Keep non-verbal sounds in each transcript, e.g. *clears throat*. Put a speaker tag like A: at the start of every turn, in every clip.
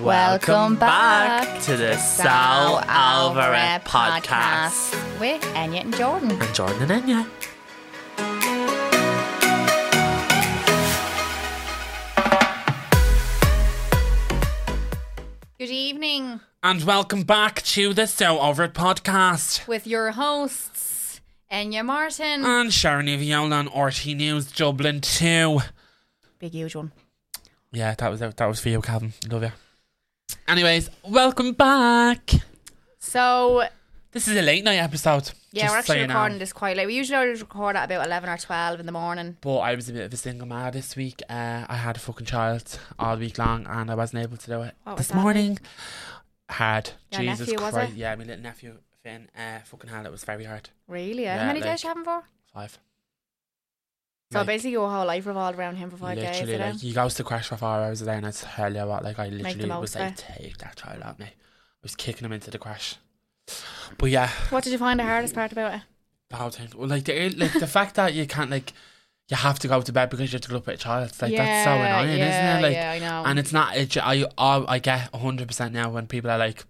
A: Welcome back
B: to the
A: Sal
B: Sal
A: Alvarez
B: Alvarez podcast.
A: with Enya and Jordan.
B: And Jordan and Enya.
A: Good evening
B: And welcome back to the Sal Alvarez podcast.
A: with your hosts Enya Martin,
B: And Sharon Viola on RT News Dublin 2.
A: big huge one.
B: Yeah, that was that was for you, Calvin. Love you. Anyways, welcome back.
A: So
B: This is a late night episode. just
A: yeah, we're
B: so
A: actually
B: you know.
A: recording this quite late. We usually always record at about eleven or twelve in the morning.
B: But I was a bit of a single man this week. Uh, I had a fucking child all week long, and I wasn't able to do it
A: What was
B: this
A: that like?
B: morning. Hard.
A: Your
B: Jesus
A: nephew, was
B: Christ!
A: it?
B: Yeah, my little nephew Finn. Uh, fucking hell, it was very hard.
A: Really? eh? How
B: Yeah,
A: many
B: like-
A: days you having for?
B: Five.
A: So
B: Like,
A: basically, your whole life revolved around him for five days.
B: literally,
A: did it?
B: like you goes to crash for four hours a day, and I tell you what, like I literally
A: most
B: was like, take that child out, me. I was kicking him into the crash. But yeah,
A: What did you find the hardest part about it?
B: the whole thing. Well, like the like the fact that you can't like you have to go to bed because you have to look at a child. It's like that's so annoying,
A: yeah,
B: isn't it? Like.
A: yeah, I know.
B: And it's not. It, ju- I I I get hundred percent now when people are like,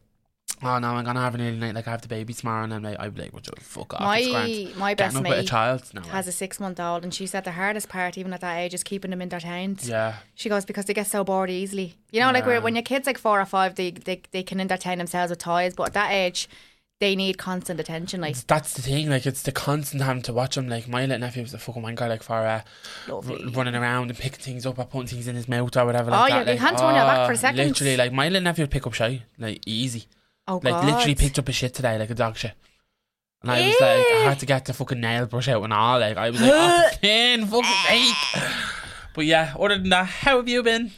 B: "Oh no, I'm gonna have an early night. Like I have the baby tomorrow," and I'm like, "I'd be like, well, just fuck off." it's grand.
A: my my best
B: Getting up with a
A: mate
B: child now.
A: has a six month old, and she said the hardest part, even at that age, is keeping them entertained.
B: yeah,
A: She goes because they get so bored easily. You know, like where,
B: Yeah.
A: when your kids like four or five, they, they they can entertain themselves with toys, but at that age, they need constant attention. Like
B: that's the thing. Like it's the constant having to watch him. Like my little nephew was a fucking wanker, like for uh, r-
A: lovely.
B: running around and picking things up or putting things in his mouth or whatever.
A: Oh,
B: Like
A: yeah,
B: that. like,
A: you can't turn your back for
B: oh,
A: seconds.
B: Literally, like my little nephew would pick up shy, like easy.
A: oh
B: Like
A: god,
B: literally picked up a shit today, like a dog shit. And I was like, I
A: Ew.
B: had to get the fucking nail brush out and all. Like I was like,
A: *gasps*
B: oh, pain, fucking ache. But yeah, other than that, how have you been?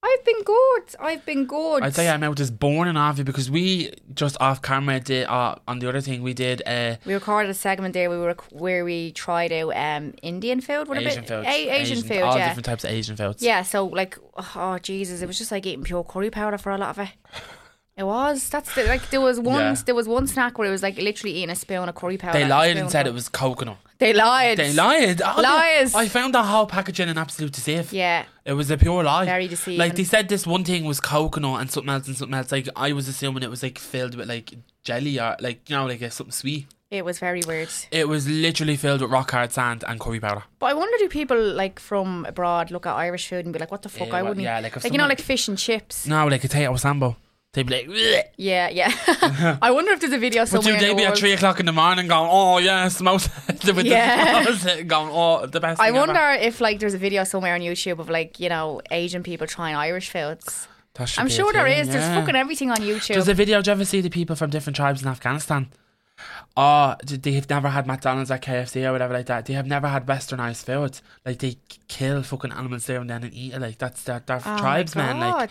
A: I've been good. I've been good.
B: I'd say I'm out as born and off you because we just off camera did uh, on the other thing we did uh,
A: we recorded a segment there. We were where we tried out um Indian food. What
B: Asian
A: a bit
B: foods,
A: A- Asian, food.
B: all
A: yeah.
B: different types of Asian foods.
A: Yeah, so like, oh Jesus, it was just like eating pure curry powder for a lot
B: *laughs*
A: of it. It was. That's the, like there was one.
B: Yeah.
A: There was one snack where it was like literally eating a spoon of curry powder.
B: They lied
A: a spoon
B: and said
A: of-
B: it was coconut.
A: They lied.
B: They lied. Oh, they-
A: Liars.
B: I found that whole packaging an absolute deceive.
A: Yeah.
B: It was a pure lie.
A: Very deceiving.
B: Like they said, this one thing was coconut and something else and something else. Like I was assuming it was like filled with like jelly or like you know like uh, something sweet.
A: It was very weird.
B: It was literally filled with rock hard sand and curry powder.
A: But I wonder do people like from abroad look at Irish food and be like, what the fuck?
B: Yeah,
A: I
B: well,
A: wouldn't.
B: yeah, like, if
A: you know,
B: someone-
A: like fish and chips.
B: No, like a potato sambo. They'd be like, "Bleh."
A: Yeah, yeah. *laughs*
B: *laughs*
A: I wonder if there's a video
B: but do
A: somewhere. in
B: they
A: the
B: be at
A: world.
B: three o'clock in the morning going, oh yes, most *laughs* with *laughs*
A: Yeah.
B: the smell going, oh the best.
A: I
B: thing ever."
A: wonder if like there's a video somewhere on YouTube of like you know Asian people trying Irish foods.
B: That should
A: I'm
B: be a
A: sure there
B: thing,
A: is. There's
B: yeah.
A: fucking everything on YouTube.
B: There's a video. Do you ever see the people from different tribes in Afghanistan? Oh, d- they have never had McDonald's or KFC or whatever like that. They have never had westernized food. Like they k- kill fucking animals there and then and eat it. Like that's their, their
A: Oh my
B: tribesmen. Like,
A: God.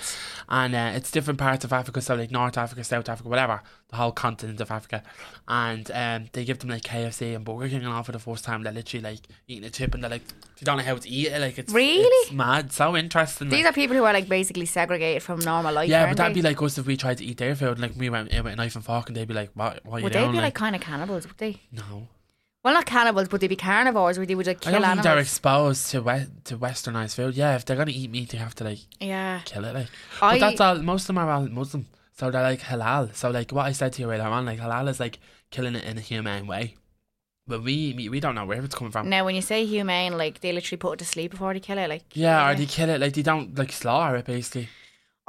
B: and uh, it's different parts of Africa. So like North Africa, South Africa, whatever. The whole continent of Africa. And um, they give them like KFC and Burger King and all for the first time. They're literally like eating a chip and they're like, they don't know how to eat it. Like it's
A: Really?
B: it's mad. So interesting. like.
A: These are people who are like basically segregated from normal life.
B: Yeah, but
A: aren't
B: that'd
A: they?
B: be like us if we tried to eat their food. Like we went in with a knife and fork, and they'd be like, "What? What are you
A: would they
B: doing?"
A: be like kind of cannibals? Would they?
B: no,
A: Well, not cannibals, but they'd be carnivores, where they would like
B: I
A: kill
B: don't think they're
A: animals.
B: exposed to we- to westernized food. Yeah, if they're gonna eat meat, they have to like
A: Yeah,
B: kill it. Like,
A: I-
B: but that's all. Most of them are all Muslim, so they're like halal. So like what I said to you earlier on, like halal is like killing it in a humane way. But we eat meat, we don't know where it's coming from.
A: Now, when you say humane, like they literally put it to sleep before they kill it. Like,
B: Yeah, or they kill it like they don't like slaughter it basically.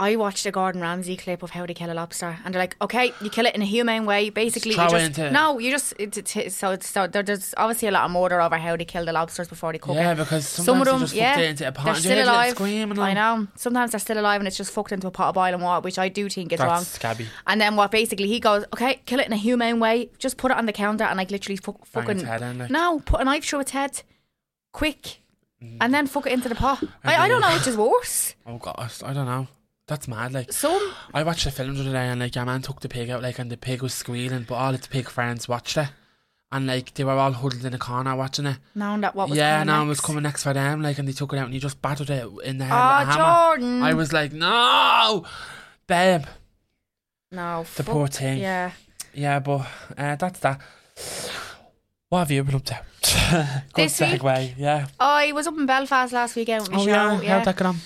A: I watched a Gordon Ramsay clip of how they kill a lobster, and they're like, "Okay, you kill it in a humane way. Basically,
B: throw
A: you
B: it
A: just
B: into-
A: no, you just it's, it's, so it's, so there, there's obviously a lot of murder over how they kill the lobsters before they cook it.
B: Yeah, because
A: Some
B: sometimes
A: of them,
B: they just
A: yeah,
B: fuck it into a pot.
A: they're
B: and you
A: still
B: hear them
A: alive.
B: Screaming and all.
A: I know. Sometimes they're still alive, and it's just fucked into a pot of boiling water, which I do think is
B: That's
A: wrong.
B: scabby.
A: And then what? Basically, he goes, "Okay, kill it in a humane way. Just put it on the counter and like literally fuck,
B: Bang
A: fucking
B: its head in, like.
A: no, put a knife through its head, quick,
B: Mm.
A: and then fuck it into the pot. I, I don't know which is worse.
B: Oh gosh, I don't know. That's mad. Like
A: Some
B: I watched a film the other day and like a man took the pig out like and the pig was squealing but all its pig friends watched it and like they were all huddled in a corner watching it.
A: knowing that what was
B: yeah,
A: coming
B: no, it
A: next.
B: was coming next for them like and they took it out and he just battered it in the head
A: Ah,
B: with a hammer.
A: Jordan.
B: I was like, no, babe,
A: No,
B: the
A: fuck-
B: poor thing. Yeah,
A: Yeah.
B: but uh, that's that. What have you been up
A: *laughs*
B: to? Good
A: This week?
B: segue. Yeah.
A: I Oh, was up in Belfast last weekend with
B: Oh
A: Michelle.
B: yeah. How'd that get on?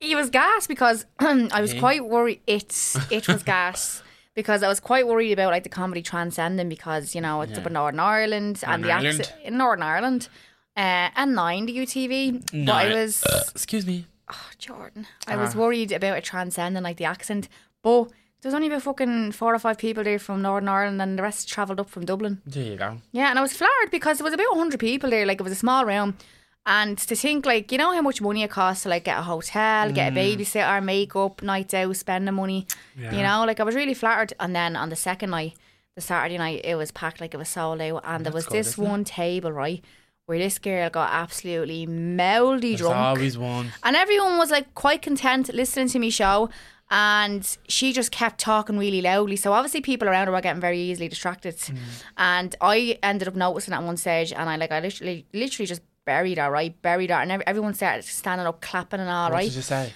A: It was gas because *clears throat* I was
B: Eh?
A: quite worried. It it was gas because I was quite worried about like the comedy transcending because you know it's up in Northern Ireland and the
B: Northern
A: accent in Northern Ireland uh, and nine the UTV.
B: No,
A: But I was
B: Excuse me.
A: oh, *sighs* Jordan. I was worried about it transcending like the accent, but. There's only about fucking four or five people there from Northern Ireland, and the rest travelled up from Dublin.
B: There you go.
A: Yeah, and I was floored because there was about 100 people there. Like, it was a small room. And to think, like, you know how much money it costs to, like, get a hotel, get a
B: Mm.
A: babysitter, makeup, nights out, spend the money. You know, like, I was really flattered. And then on the second night, the Saturday night, it was packed like it was sold out. And there was
B: good,
A: this
B: isn't it?
A: one table, right, where this girl got absolutely mouldy
B: There's
A: drunk.
B: always one.
A: And everyone was like quite content listening to me show. And she just kept talking really loudly. So obviously people around her were getting very easily distracted.
B: Mm.
A: And I ended up noticing at one stage and I like I literally literally just buried her, right? Buried her. And ev- everyone started standing up clapping and all,
B: What
A: right?
B: did you say?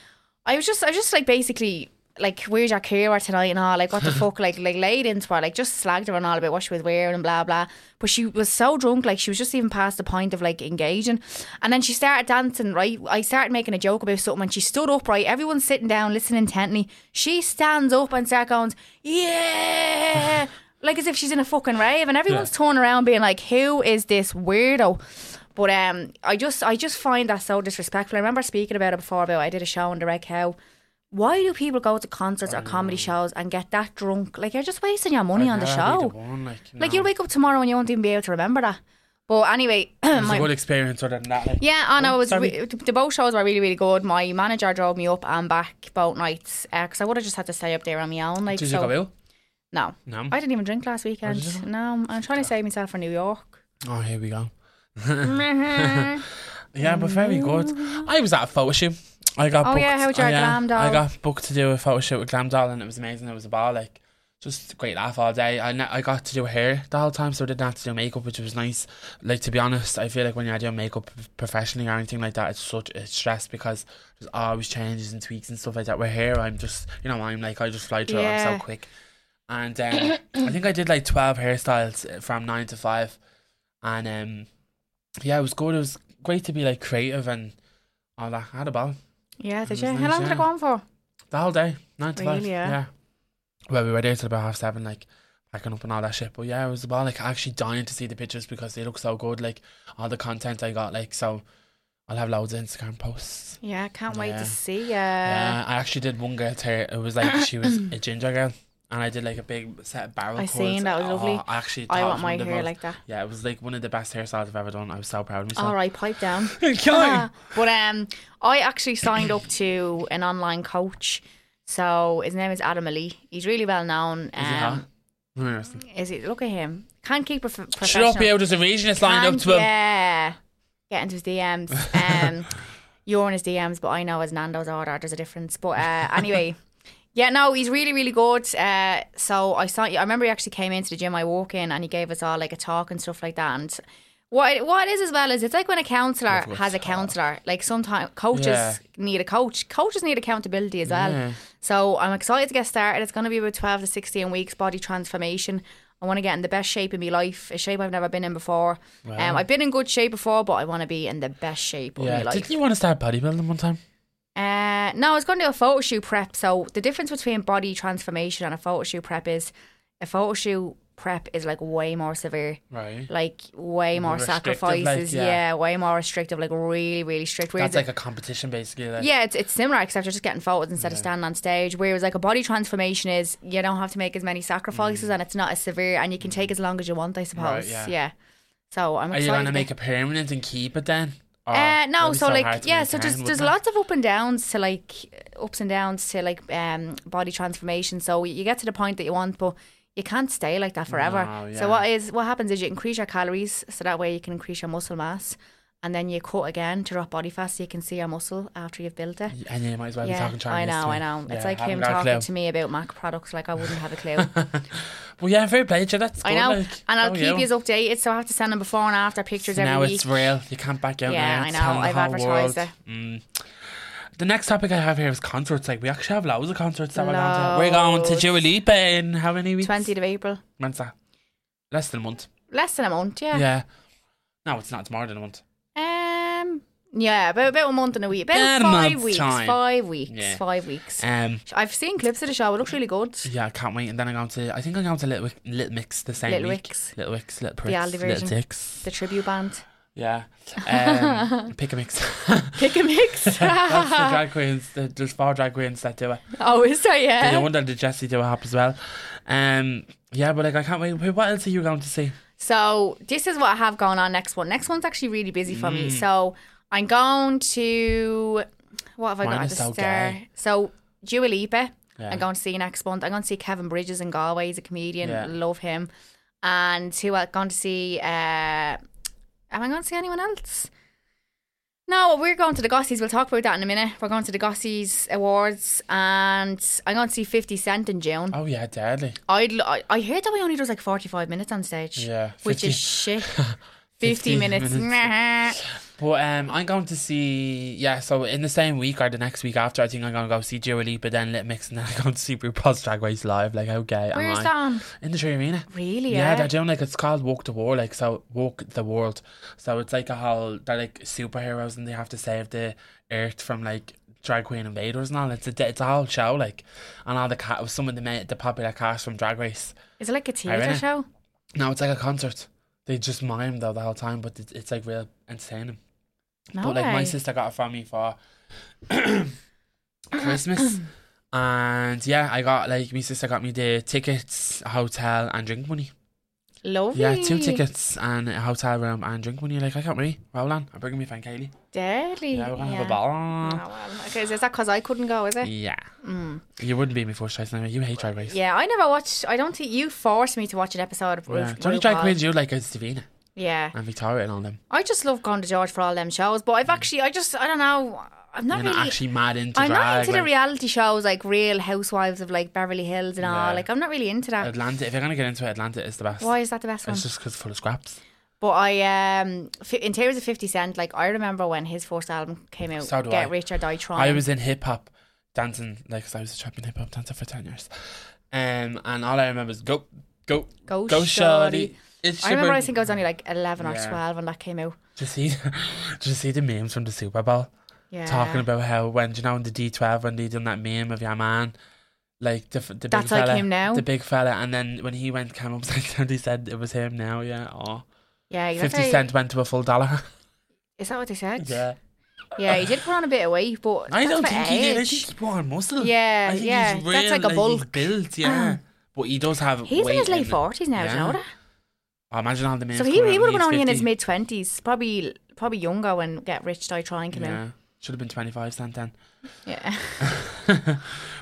A: I was just I was just like basically like where's your career tonight and all like what the fuck like like laid into her like just slagged her and all about what she was wearing and blah blah but she was so drunk like she was just even past the point of like engaging and then she started dancing right I started making a joke about something and she stood up right everyone's sitting down listening intently she stands up and starts going yeah like as if she's in a fucking rave and everyone's turning around being like who is this weirdo but um, I just I just find that so disrespectful. I remember speaking about it before. About I did a show on the Red Cow. Why do people go to concerts or comedy shows and get that drunk? Like you're just wasting your money on the
B: That'd be the
A: show.
B: one, like,
A: Like
B: no.
A: you'll wake up tomorrow and you won't even be able to remember that. But anyway, *clears throat*
B: It's
A: my,
B: a good experience other than that. Like,
A: yeah, I know. It was
B: sorry.
A: re- the both shows were really, really good. My manager drove me up and back both nights because I would have just had to stay up there on my own. Like,
B: Did
A: so
B: you go out?
A: no,
B: No.
A: I didn't even drink last weekend.
B: did you
A: No, I'm trying to save myself for New York.
B: Oh, here we go.
A: Mm-hmm.
B: *laughs* Yeah, but very good. I was at a photo shoot. I got
A: Oh,
B: booked.
A: yeah, how'd you
B: I,
A: like
B: uh,
A: Glam Doll?
B: I got booked to do a photo shoot with Glam Doll, and it was amazing. It was a ball, like just a great laugh all day. I ne- I got to do hair the whole time, so I didn't have to do makeup, which was nice. Like to be honest, I feel like when you're doing makeup professionally or anything like that, it's such it's stress because there's always changes and tweaks and stuff like that. With hair, I'm just you know I'm like I just fly through. it. I'm
A: Yeah.
B: so quick. And um, I think I did like twelve hairstyles uh, from nine to five, and um, yeah, it was good. It was great to be like creative and all that. I had a ball
A: Yeah, did
B: was
A: you? How
B: nice,
A: long did it
B: yeah.
A: go on for?
B: the whole day, nine to five.
A: Really, yeah?
B: yeah. Well, we were there till about half seven, like packing up and all that shit. But yeah, it was about like actually dying to see the pictures because they look so good. Like all the content I got, like so. I'll have loads of Instagram posts.
A: Yeah, can't wait
B: Yeah.
A: to see ya.
B: Yeah, I actually did one girl's hair. It was like she
A: *clears throat*
B: was a ginger girl, and I did like a big set of barrel.
A: I
B: curls.
A: seen, that was lovely.
B: I actually,
A: I
B: thought
A: want
B: it was
A: my
B: one of the
A: hair
B: most-
A: like that.
B: Yeah, it was like one of the best hairstyles I've ever done. I was so proud of myself. *laughs*
A: All right, pipe down.
B: Killing.
A: but um, I actually signed up to an online coach. So his name is Adam Ali. He's really well known.
B: Is it hot?
A: Um,
B: Interesting.
A: is it? Look at him. Can't keep prof-
B: Shut
A: professional.
B: up, yo, there's a regionist lined up
A: And
B: to him.
A: Yeah. Get into his DMs.
B: *laughs*
A: Um, you're in his DMs, but I know as Nando's order, there's a difference. But uh, anyway, yeah, no, he's really, really good. Uh, so I saw, I remember he actually came into the gym I walk in and he gave us all like a talk and stuff like that. And what it, what it is as well is it's like when a counselor
B: Love a good
A: has a counselor. Like sometimes coaches
B: Yeah.
A: need a coach. Coaches need accountability as well.
B: Yeah.
A: So I'm excited to get started. It's going to be about 12 to 16 weeks body transformation. I want to get in the best shape in my life, a shape I've never been in before. Um, I've been in good shape before, but I want to be in the best shape of my
B: Yeah.
A: life.
B: Didn't you want to start bodybuilding one time?
A: Uh, no, I was going to do a photo shoot prep. So the difference between body transformation and a photo shoot prep is a photo shoot prep is like way more severe,
B: Right.
A: like way more
B: Restrictive, like,
A: sacrifices.
B: yeah.
A: yeah. way more restrictive, like really, really strict. Whereas
B: That's like a competition, basically. Like,
A: yeah, it's, it's similar except you're just getting photos instead of standing on stage. Whereas like a body transformation is you don't have to make as many sacrifices and it's not as severe and you can take as long as you want, I suppose.
B: Mm. yeah.
A: yeah. So I'm
B: Are you
A: excited.
B: going to
A: about-
B: make it permanent and keep it then? Or
A: uh, no,
B: that'd be
A: so,
B: hard
A: like
B: to
A: yeah, so
B: maintain,
A: there's there's
B: wouldn't
A: lots of up and downs to like ups and downs to like um body transformation. So you get to the point that you want, but you can't stay like that forever.
B: No, yeah.
A: So what is what happens is you increase your calories, so that way you can increase your muscle mass, and then you cut again to drop body fat, so you can see your muscle after you've built it.
B: it? And you might as well be talking
A: I
B: Chinese.
A: know,
B: to me.
A: I know.
B: Yeah,
A: it's like
B: haven't
A: him
B: got a
A: talking
B: clue.
A: to me about Mac products, like I wouldn't have
B: *laughs*
A: a clue.
B: Well, yeah, fair play, Joe. That's good.
A: I know,
B: Like,
A: and I'll
B: go you.
A: keep you updated. So I have to send him before and after pictures
B: now
A: every
B: it's
A: week.
B: real. You can't back out
A: Yeah,
B: now.
A: I
B: It's
A: know.
B: telling the
A: I've
B: whole
A: advertised
B: world. Mm. The next topic I have here is concerts. Like we actually have loads of concerts that we're going to. We're going to
A: Loads.
B: Dua Lipa in how many weeks?
A: 20th of April,
B: When's that? Less than a month.
A: less than a month.
B: Yeah. No, it's not. It's more than a month.
A: Um, Yeah, about, about a month and a week. About
B: About a
A: five
B: month's
A: weeks.
B: time.
A: Five weeks.
B: Yeah.
A: Five weeks.
B: Um,
A: I've seen clips of the show. It looks
B: *laughs*
A: really good.
B: yeah, I can't wait. And then I'm going to, I think I'm going to Little, Wic- Little Mix the same
A: Little
B: week.
A: Wicks.
B: Little Wicks, Little
A: Aldi
B: Pricks,
A: version.
B: Little Dicks.
A: The tribute band. *laughs*
B: Yeah. Um, pick a mix. *laughs*
A: Pick a mix.
B: That's
A: *laughs*
B: the drag queens. There- There's four drag queens that do it.
A: oh, is there?
B: And no
A: Yeah.
B: wonder did Jesse do a hop as well. Um, yeah, but like I can't wait. Wait, What else are you going to see?
A: So this is what I have going on next one. Next one's actually really busy for
B: Mm.
A: me. So I'm going to what have I
B: Mine
A: got at
B: is
A: the
B: so
A: start?
B: gay.
A: So Dua Lipa.
B: Yeah.
A: I'm going to see next month. I'm going to see Kevin Bridges in Galway. He's a comedian.
B: Yeah.
A: Love him. And who I'm going to see? Uh, am I going to see anyone else? No, we're going to the Gossies. We'll talk about that in a minute. We're going to the Gossies Awards, and I'm going to see 50 Cent in June.
B: Oh yeah, deadly.
A: I'd, l- I I heard that he only does like 45 minutes on stage.
B: Yeah,
A: Which
B: 50. *laughs*
A: is shit. 50,
B: 50
A: minutes.
B: But um, I'm going to see yeah. So in the same week or the next week after, I think I'm gonna go see Dua Lipa, then Lit Mix, and then I'm going to see RuPaul's Drag Race live. Like how gay am
A: Where's
B: I?
A: that on?
B: In the Tree Arena.
A: Really? eh?
B: Yeah,
A: Yeah.
B: they're doing like it's called Walk the War, like so Walk the World. So it's like a whole they're like superheroes and they have to save the earth from like drag queen invaders and all. It's a it's a whole show like, and all the cat some of the ma- the popular cast from Drag Race.
A: Is it like a theatre
B: Irina.
A: show?
B: No, it's like a concert. They just mime though the whole time, but it's, it's like real entertaining.
A: No
B: but like my
A: way.
B: sister got it for me for *coughs* Christmas. And yeah, I got like my sister got me the tickets, hotel, and drink money.
A: Lovely.
B: Yeah, two tickets and a hotel room and drink when you're like, I can't really. Roll on. I'm bringing me friend Kaylee.
A: Deadly.
B: Yeah, we're going to have a
A: Oh,
B: ball.
A: well. Okay, is that because I couldn't go, is it?
B: Yeah. You wouldn't be my first choice anyway. You hate Drag Race.
A: Mm. Yeah, I never watched. I don't think you forced me to watch an episode of Ru-
B: Yeah. The only
A: RuPaul.
B: drag queens you like is Davina
A: Yeah,
B: and Victoria and all them.
A: I just love going to George for all them shows, but I've actually, I just, I don't know, I'm
B: Mm.
A: not
B: You're
A: really.
B: not actually mad into
A: I'm
B: drag.
A: not into the
B: like,
A: reality shows like Real Housewives of like Beverly Hills and
B: Yeah.
A: all. Like, I'm not really into that.
B: Atlanta. If you're going to get into it, Atlanta is the best.
A: Why is that the best one?
B: It's just because it's full of scraps.
A: But I, um, f- in terms of Fifty Cent, like I remember when his first album came out,
B: So do
A: Get
B: I.
A: Rich or Die Trying.
B: I was in hip hop dancing, like, 'cause I was a trapping hip hop dancer for 10 years. Um, and all I remember is go, go,
A: Go
B: go,
A: shawty.
B: shawty. It's
A: Oh, I
B: your
A: remember I
B: birthday.
A: think I was only like eleven or
B: Yeah.
A: twelve when that came out.
B: Did you see, *laughs* did you see the memes from the Super Bowl?
A: Yeah,
B: talking about how when do you know in the D twelve when they done that meme of your man, like the f- the
A: That's
B: big
A: like
B: fella,
A: him now?
B: the big fella, and then when he went came *laughs* upside down, they said it was him now. Yeah, oh.
A: yeah,
B: Fifty
A: exactly.
B: cent went to a full dollar. *laughs*
A: Is that what they said?
B: yeah,
A: Yeah, he did put on a bit of weight, but
B: I
A: that's
B: don't
A: about
B: think he did. I
A: age.
B: think he put on muscle.
A: Yeah,
B: I think
A: yeah,
B: He's
A: that's
B: real,
A: like a
B: He's
A: bulk. Ah.
B: built, yeah. But he does have.
A: He's in
B: weight
A: his late
B: it.
A: forties now. Do you
B: Yeah.
A: know that?
B: Oh, imagine all the memes.
A: So
B: coming
A: he,
B: out
A: he
B: when
A: would have
B: was
A: been only in his
B: 50.
A: mid twenties, probably probably younger when Get Rich Die Trying came out.
B: Yeah, should have been twenty five cent then.
A: Yeah. *laughs*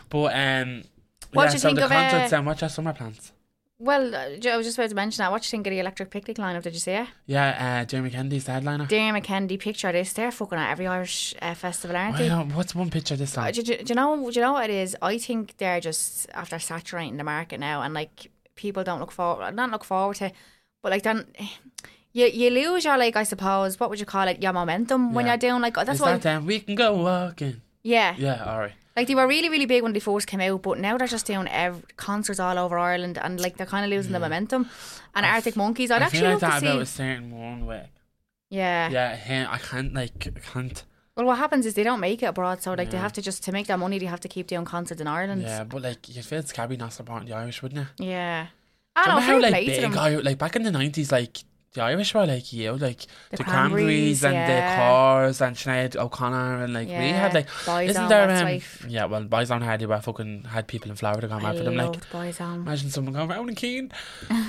B: but um,
A: What
B: yeah,
A: do you
B: so
A: think
B: the
A: of, uh,
B: concerts? Then what's your summer plans?
A: Well, uh, I was just about to mention that. What do you think of the Electric Picnic lineup? Did you see it?
B: Yeah, uh, Jeremy Kennedy's the headliner.
A: Darren McKendy, picture this. They're fucking at every Irish uh, festival, aren't
B: Why
A: they?
B: not? What's one picture this
A: Uh,
B: time?
A: Do, do, do you know? Do you know what it is? I think they're just after saturating the market now, and like people don't look forward, not look forward to, but like don't. *sighs* You, you lose your like I suppose what would you call it your momentum when
B: Yeah.
A: you're doing like oh, that's
B: Is
A: why
B: that them? We can go walking.
A: yeah
B: Yeah, all right.
A: Like they were really, really big when they first came out, but now they're just doing ev- concerts all over Ireland, and like they're kind of losing the momentum. And Arctic Monkeys, I'd
B: I
A: actually
B: feel like
A: love
B: that about
A: to
B: a
A: see.
B: certain one way.
A: Yeah.
B: Yeah, him, I can't like I can't.
A: Well, what happens is they don't make it abroad, so like they have to just to make that money, they have to keep doing concerts in Ireland.
B: Yeah, but like you feel scabby not supporting the Irish, wouldn't you?
A: Yeah. I
B: Remember
A: don't
B: how
A: know.
B: like
A: Like,
B: big
A: to them.
B: I, like back in the nineties, like the Irish were like you, like the,
A: Cranberries,
B: Cranberries, and
A: yeah.
B: the Cars and Sinead O'Connor and like we
A: Yeah.
B: had like
A: Boyzone,
B: isn't there
A: that's
B: um,
A: life.
B: yeah well boys on had were fucking had people in Florida going
A: I
B: mad for them like
A: loved Boys on.
B: imagine someone going round and keen
A: *laughs*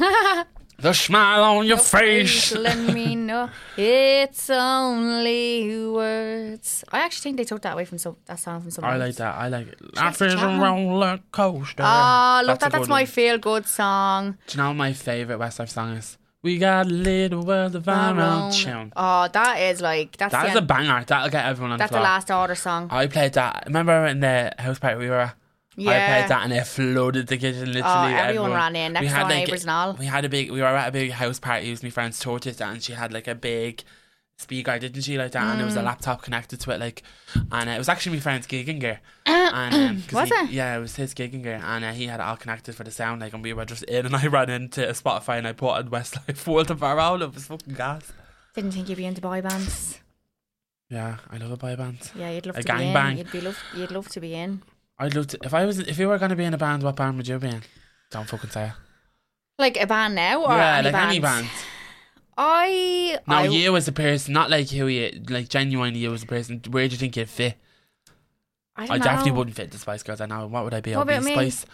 B: the smile on your face
A: Please let me know. It's only words. I actually think they took that away from some that song from someone.
B: I like
A: else.
B: that. I like Laughing is a
A: Chapman.
B: roller coaster.
A: Oh, look,
B: a
A: that, that's
B: good
A: my
B: one.
A: feel good song.
B: Do you know my favorite Westlife song is? We got a little world of our own tune.
A: Oh, that is like that's
B: That is
A: the
B: a banger. That'll get everyone on
A: That's
B: the
A: the
B: floor.
A: last order song.
B: I played that. Remember in the house party we were at? I
A: Yeah. Ah, Oh,
B: played that and it flooded the kitchen. Literally,
A: everyone ran in, next door neighbours and all.
B: We had a big. We were at a big house party. It was my friend's tortoise, and she had like a big speaker, didn't she? Like that, and there was a
A: Mm.
B: laptop connected to it. Like, and uh, it was actually my friend's gigging gear. and, um,
A: *clears throat*
B: 'cause
A: Uh, Was
B: he-
A: it?
B: Yeah, it was his gigging gear, and uh, he had it all connected for the sound. Like, and we were just in, and *laughs* I ran into Spotify and I put *laughs* on Westlife World of Our Own. It was fucking gas.
A: Didn't think you'd be into boy bands.
B: Yeah, I love a boy band.
A: Yeah, you'd love
B: A
A: to be in.
B: gangbang.
A: You'd be love. You'd love to be in.
B: I'd love to. If I was, if you were gonna be in a band, what band would you be in? Don't fucking say it.
A: Like a band now, or er
B: yeah,
A: any
B: like
A: band?
B: any band.
A: I.
B: No,
A: I,
B: you as a person, not like who you like. Genuinely, you as a person. Where do you think you'd fit?
A: I,
B: I
A: don't
B: definitely
A: know.
B: wouldn't fit the Spice Girls. I know. What would I be?
A: What
B: I'd be
A: about me?
B: Spice.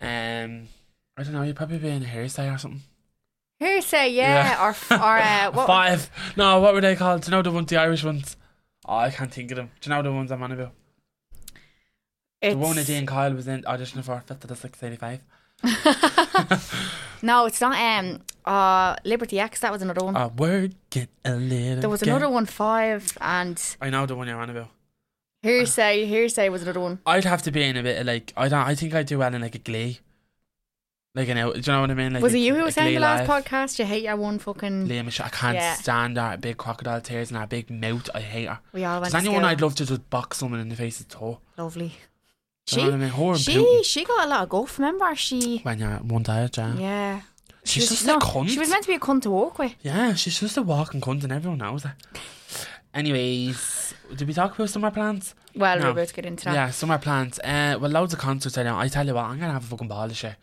B: Um, I don't know. You'd probably be in a hairstyle or something.
A: Hearsay, yeah,
B: Yeah.
A: or f- or
B: *laughs*
A: uh, what?
B: Five. No, what were they called? Do you know the ones, the Irish ones? Oh, I can't think of them. Do you know the ones I'm on about?
A: It's,
B: The one that Dean Kyle was in auditioning for, Fifth of the Six Eighty Five.
A: no, it's not. Um, uh, Liberty X. That was another one.
B: A Oh, word get a little.
A: Um, there was
B: get-
A: another one, five, and
B: I know the one you're on about. Ah.
A: hearsay. Hearsay was another one.
B: I'd have to be in a bit of like I don't. I think I'd do well in like a Glee. Like an out. Do you know what I mean? Like
A: was
B: a-
A: it you who
B: a
A: was saying
B: Glee
A: the last
B: live.
A: podcast? You hate your one fucking.
B: Liam, Michelle- I can't
A: Mm. Yeah.
B: stand that big crocodile tears and that big mouth. I hate her.
A: We all went.
B: Is
A: to
B: anyone
A: school.
B: I'd love to just box someone in the face at all?
A: Lovely.
B: Do you know
A: She
B: what I mean? Her and
A: she
B: Putin.
A: she got a lot of guff. Remember she?
B: When you're one diet, yeah.
A: Yeah. She
B: She's
A: was-
B: just
A: no,
B: a cunt.
A: She was meant to be a cunt to walk with.
B: Yeah, she's just a walking cunt and everyone knows that. Anyways, did we talk about summer plans?
A: Well,
B: No.
A: we're about to get into that.
B: Yeah, summer plans. Uh, well, loads of concerts. I know. I tell you what, I'm gonna have a fucking ball this year.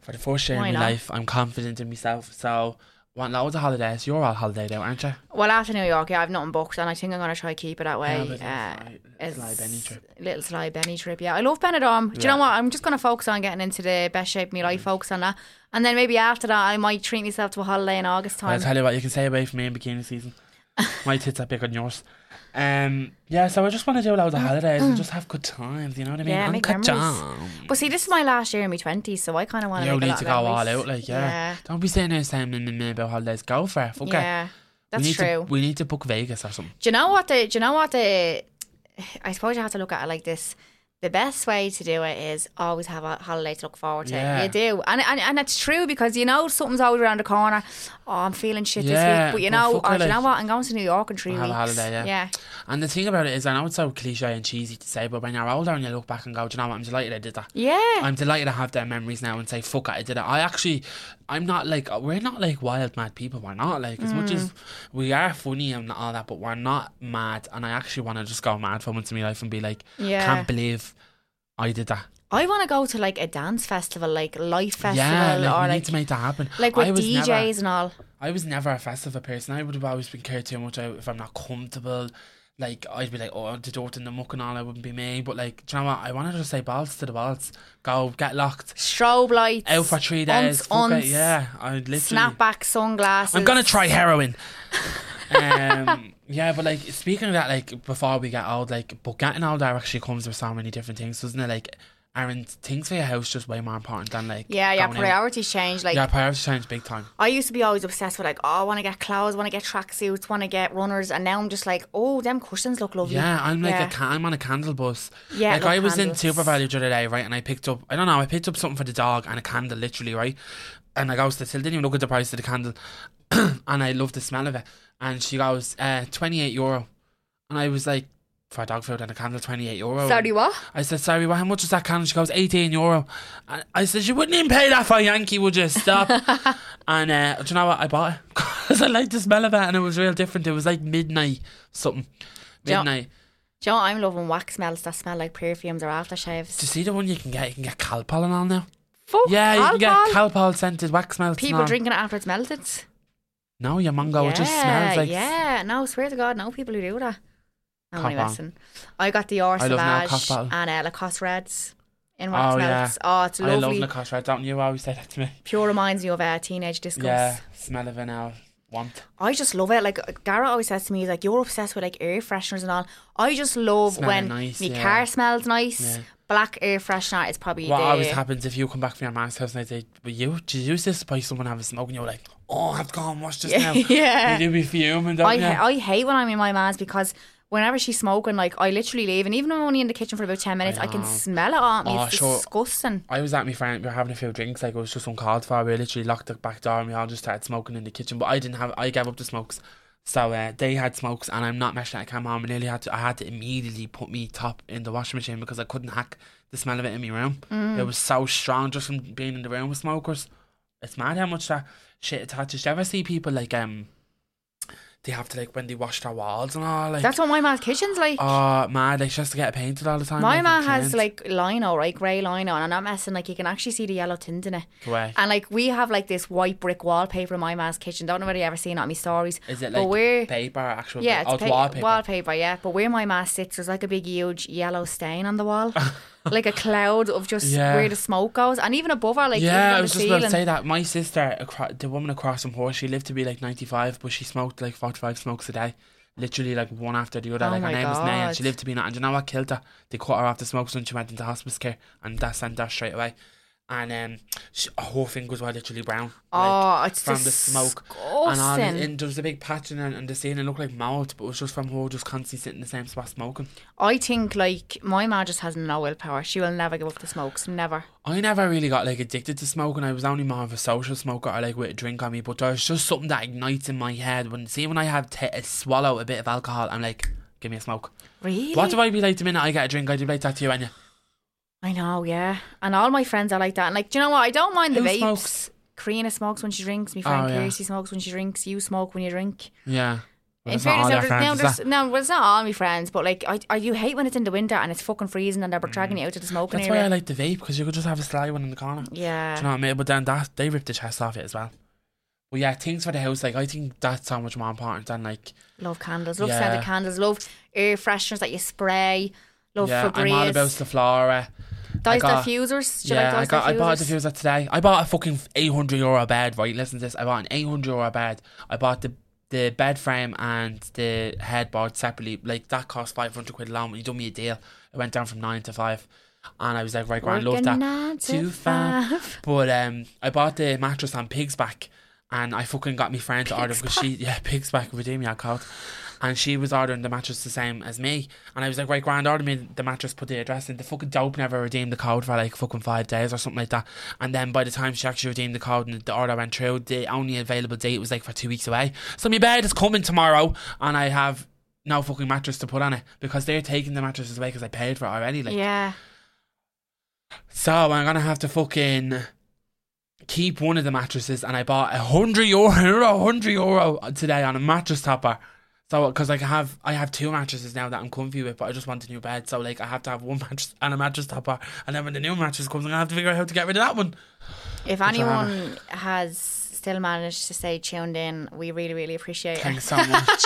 B: For the first year
A: Why
B: in my
A: not?
B: life, I'm confident in myself. So, want loads of holidays. You're all holidayed out, aren't you?
A: Well, after New York, yeah, I've nothing booked, and I think I'm gonna try to keep it that way.
B: but it's
A: uh,
B: like- it's like Benny trip.
A: Little sly Benny trip. Yeah, I love Benidorm. Do
B: Yeah.
A: you
B: Mm.
A: know what? I'm just gonna focus on getting into the best shape of my life, focus on that, and then maybe after that, I might treat myself to a holiday in August
B: I'll
A: time.
B: tell you what, you can stay away from me in bikini season. My tits are big on yours. Um, yeah, so I just want to do loads of holidays and just have good times, you know what I mean?
A: Mm. Yeah,
B: And
A: make
B: good
A: memories.
B: times.
A: but see, this is my last year in my twenties, so I kind of want
B: You
A: to.
B: need to go all
A: memories.
B: out, like, yeah. Don't be sitting there saying "Mm, mm, mm, about holidays. Go for it. Fuck
A: yeah,
B: it.
A: yeah. That's
B: we need
A: true.
B: To, we need to book Vegas or something.
A: Do you know what the? Do you know what the? I suppose you have to look at it like this. The best way to do it is always have a holiday to look forward to.
B: Yeah.
A: You do, and, and and it's true because you know something's always around the corner. Oh, I'm feeling shit this
B: Yeah,
A: week, but you
B: but
A: know,
B: fuck
A: oh,
B: it,
A: do you know
B: like-
A: what? I'm going to New York in three
B: We'll have
A: weeks.
B: a holiday, yeah. And the thing about it is, I know it's so cliche and cheesy to say, but when you're older and you look back and go, "Do you know what? I'm delighted I did that.
A: yeah,
B: I'm delighted to have their memories now and say, fuck it, I did it. I actually, I'm not like, uh, we're not like wild, mad people. We're not like, as much
A: Mm.
B: as we are funny and all that, but we're not mad. And I actually want to just go mad for once in my life and be like,
A: Yeah.
B: can't believe I did that.
A: I want to go to like a dance festival, like life festival,
B: yeah, like, we
A: or
B: need
A: like
B: to make that happen.
A: like
B: I
A: with
B: was
A: DJs
B: never-
A: and all.
B: I was never a festival person. I would have always been cared too much out if I'm not comfortable. Like I'd be like, oh, the dirt and the muck and all, I wouldn't be me. But like, do you know what? I wanted to say balls to the balls. Go get locked.
A: Strobe lights,
B: Out for three days.
A: unts,
B: Fuck it,
A: unts,
B: yeah, I literally.
A: snapback sunglasses.
B: I'm gonna try heroin. um, *laughs* yeah, but like speaking of that, like before we get old, like but getting older actually comes with so many different things, doesn't it? Like, aren't things for your house just way more important than like
A: Yeah, yeah.
B: going out?
A: Priorities change. Like
B: yeah, priorities change big time.
A: I used to be always obsessed with like, oh, I want to get clothes, want to get tracksuits, want to get runners, and now I'm just like, oh, them cushions look lovely.
B: Yeah, I'm like
A: Yeah.
B: a ca- I'm on a candle bus.
A: Yeah,
B: like
A: love
B: I was
A: candles.
B: in Super Value the other day, right? And I picked up I don't know I picked up something for the dog and a candle, literally, right? And I goes to Sil, didn't even look at the price of the candle, *clears throat* and I love the smell of it. And she goes, uh, twenty eight euro, and I was like, for a dog food and a candle, twenty eight euro.
A: Sorry, what?
B: I said, sorry, well, how much is that candle? She goes, 18 euro. And I said, you wouldn't even pay that for a Yankee, would you?
A: *laughs*
B: Stop. and uh, do you know what? I bought it *laughs* because I liked the smell of it and it was real different. It was like midnight something.
A: Yeah.
B: Midnight.
A: Do you know what? I'm loving wax smells that smell like perfumes or aftershaves.
B: Do you see the one you can get? You can get Calpol and all now.
A: Fuck,
B: Yeah, you can
A: alcohol.
B: get Calpol scented wax melts.
A: People
B: and all.
A: drinking it after it's melted.
B: No, your mango
A: yeah,
B: it just smells like.
A: yeah. No, swear to God, no people who do that. I'm only
B: Cough on.
A: messing. I got the Or
B: I love an alcohol
A: Savage
B: bottle.
A: and uh, Lacoste Reds in wax
B: Oh,
A: melts. Oh, it's
B: I love
A: lovely.
B: Lacoste Red. Don't you always say that to me?
A: Pure reminds me of uh, teenage discos.
B: Yeah, smell of it now. Want
A: I just love it. Like Garrett always says to me, he's like, "You're obsessed with like air fresheners and all." I just love
B: Smelling
A: when
B: nice,
A: my
B: yeah.
A: car smells nice.
B: Yeah.
A: Black air freshener is probably
B: what
A: the,
B: always happens if you come back from your ma's house and they say, "But you, did you see by someone have a smoke?" And you're like, "Oh, I have to go and watch this now."
A: *laughs* yeah.
B: You do be fuming, don't
A: I
B: you?
A: ha- I hate when I'm in my man's because whenever she's smoking, like I literally leave, and even if I'm only in the kitchen for about ten minutes, I, can
B: know.
A: smell it on me.
B: Oh,
A: it's
B: sure.
A: disgusting.
B: I was at my friend, we were having a few drinks, like it was just uncalled for. We literally locked the back door and we all just started smoking in the kitchen. But I didn't have, I gave up the smokes. So uh, they had smokes and I'm not messing. I came home and nearly had to, I had to immediately put me top in the washing machine because I couldn't hack the smell of it in my room.
A: Mm.
B: It was so strong just from being in the room with smokers. It's mad how much that shit attaches. Do you ever see people like, um, they have to like when they wash their walls and all like
A: That's what my man's kitchen's like.
B: oh man like she has to get it painted all the time
A: my
B: like,
A: man
B: and
A: has
B: cleansed.
A: like lino, right? Grey lino, and I'm not messing. Like you can actually see the yellow tint in it.
B: Correct.
A: And like we have like this white brick wallpaper in my man's kitchen. Don't know whether you ever seen it on my stories.
B: is it
A: but we're-
B: like paper or actual
A: Yeah,
B: oh, it's
A: pa-
B: wallpaper
A: Wallpaper, yeah. But where my mask sits, there's like a big, huge yellow stain on
B: *laughs*
A: the wall, like a cloud of just
B: Yeah.
A: where the smoke goes, and even above her, like even
B: yeah,
A: on
B: I was
A: the
B: just
A: ceiling.
B: about to say that. My sister, acro- the woman across from her, she lived to be like 95, but she smoked like 45 smokes a day. Literally, like one after the other.
A: Oh
B: like, her
A: my
B: name was Nay, and she
A: God.
B: lived to be nine. And you know what killed her? They cut her off the smokes when she went into hospice care, and that sent her straight away. And um, she, her whole fingers were literally brown. like,
A: oh, it's
B: from the smoke. And, all,
A: disgusting.
B: and there was a big patch in, in the ceiling, it looked like mold, but it was just from her just constantly sitting in the same spot smoking.
A: I think like my ma just has no willpower. She will never give up the smokes, never.
B: I never really got like addicted to smoking. I was only more of a social smoker or like with a drink on me. But there's just something that ignites in my head when see when I have t- uh, swallow a bit of alcohol, I'm like, give me a smoke.
A: Really?
B: What do I be like the minute I get a drink? I do like that to you, and
A: I know, yeah. And all my friends are like that. And like, do you know what? I don't mind the
B: Who
A: vapes.
B: smokes?
A: Karina smokes when she drinks. My friend
B: Oh, yeah.
A: Kirsty smokes when she drinks. You smoke when you drink.
B: yeah. Well,
A: In
B: it's not all
A: fairness, now
B: your
A: there's,
B: friends,
A: now
B: is
A: there's,
B: that?
A: no, well, it's not all my friends, but like, I, I you hate when it's in the winter and it's fucking freezing and they're dragging you out to the smoking
B: Mm. That's why
A: area.
B: I like the vape because you could just have a sly one in the corner. Do you know
A: yeah.
B: what I mean? But then that they rip the chest off it as well. But yeah, things for the house, like I think that's so much more important than like
A: Love candles. Love
B: Yeah.
A: scented candles. Love air fresheners that you spray. Love
B: yeah,
A: Oh, Febreze.
B: I'm all about the flora. I
A: those
B: got-
A: diffusers. Do you
B: Yeah, I
A: like those
B: got. I bought a
A: diffusers?
B: diffuser today. I bought a fucking eight hundred euro bed. Right, listen to this. I bought an eight hundred euro bed. I bought the the bed frame and the headboard separately. Like that cost five hundred quid alone. When you done me a deal, it went down from nine to five, and I was like, right, grand, love
A: Working
B: that.
A: nine to
B: Too far.
A: *laughs* five.
B: But um, I bought the mattress on pig's back, and I fucking got me friend to order because she yeah pig's back redeem I called. And she was ordering the mattress the same as me. And I was like, right, grand, order me the mattress, put the address in. The fucking dope never redeemed the code for like fucking five days or something like that. And then by the time she actually redeemed the code and the order went through, the only available date was like for two weeks away. So my bed is coming tomorrow and I have no fucking mattress to put on it because they're taking the mattresses away because I paid for it already. Like,
A: Yeah.
B: so I'm gonna have to fucking keep one of the mattresses, and I bought a hundred euro, *laughs* hundred euro today on a mattress topper. So, because I can have, I have two mattresses now that I'm comfy with, but I just want a new bed. So, like, I have to have one *laughs* mattress and a mattress topper, and then when the new mattress comes, I'm gonna have to figure out how to get rid of that one.
A: If
B: drama.
A: anyone has still managed to stay tuned in, we really, really appreciate it.
B: Thanks so much,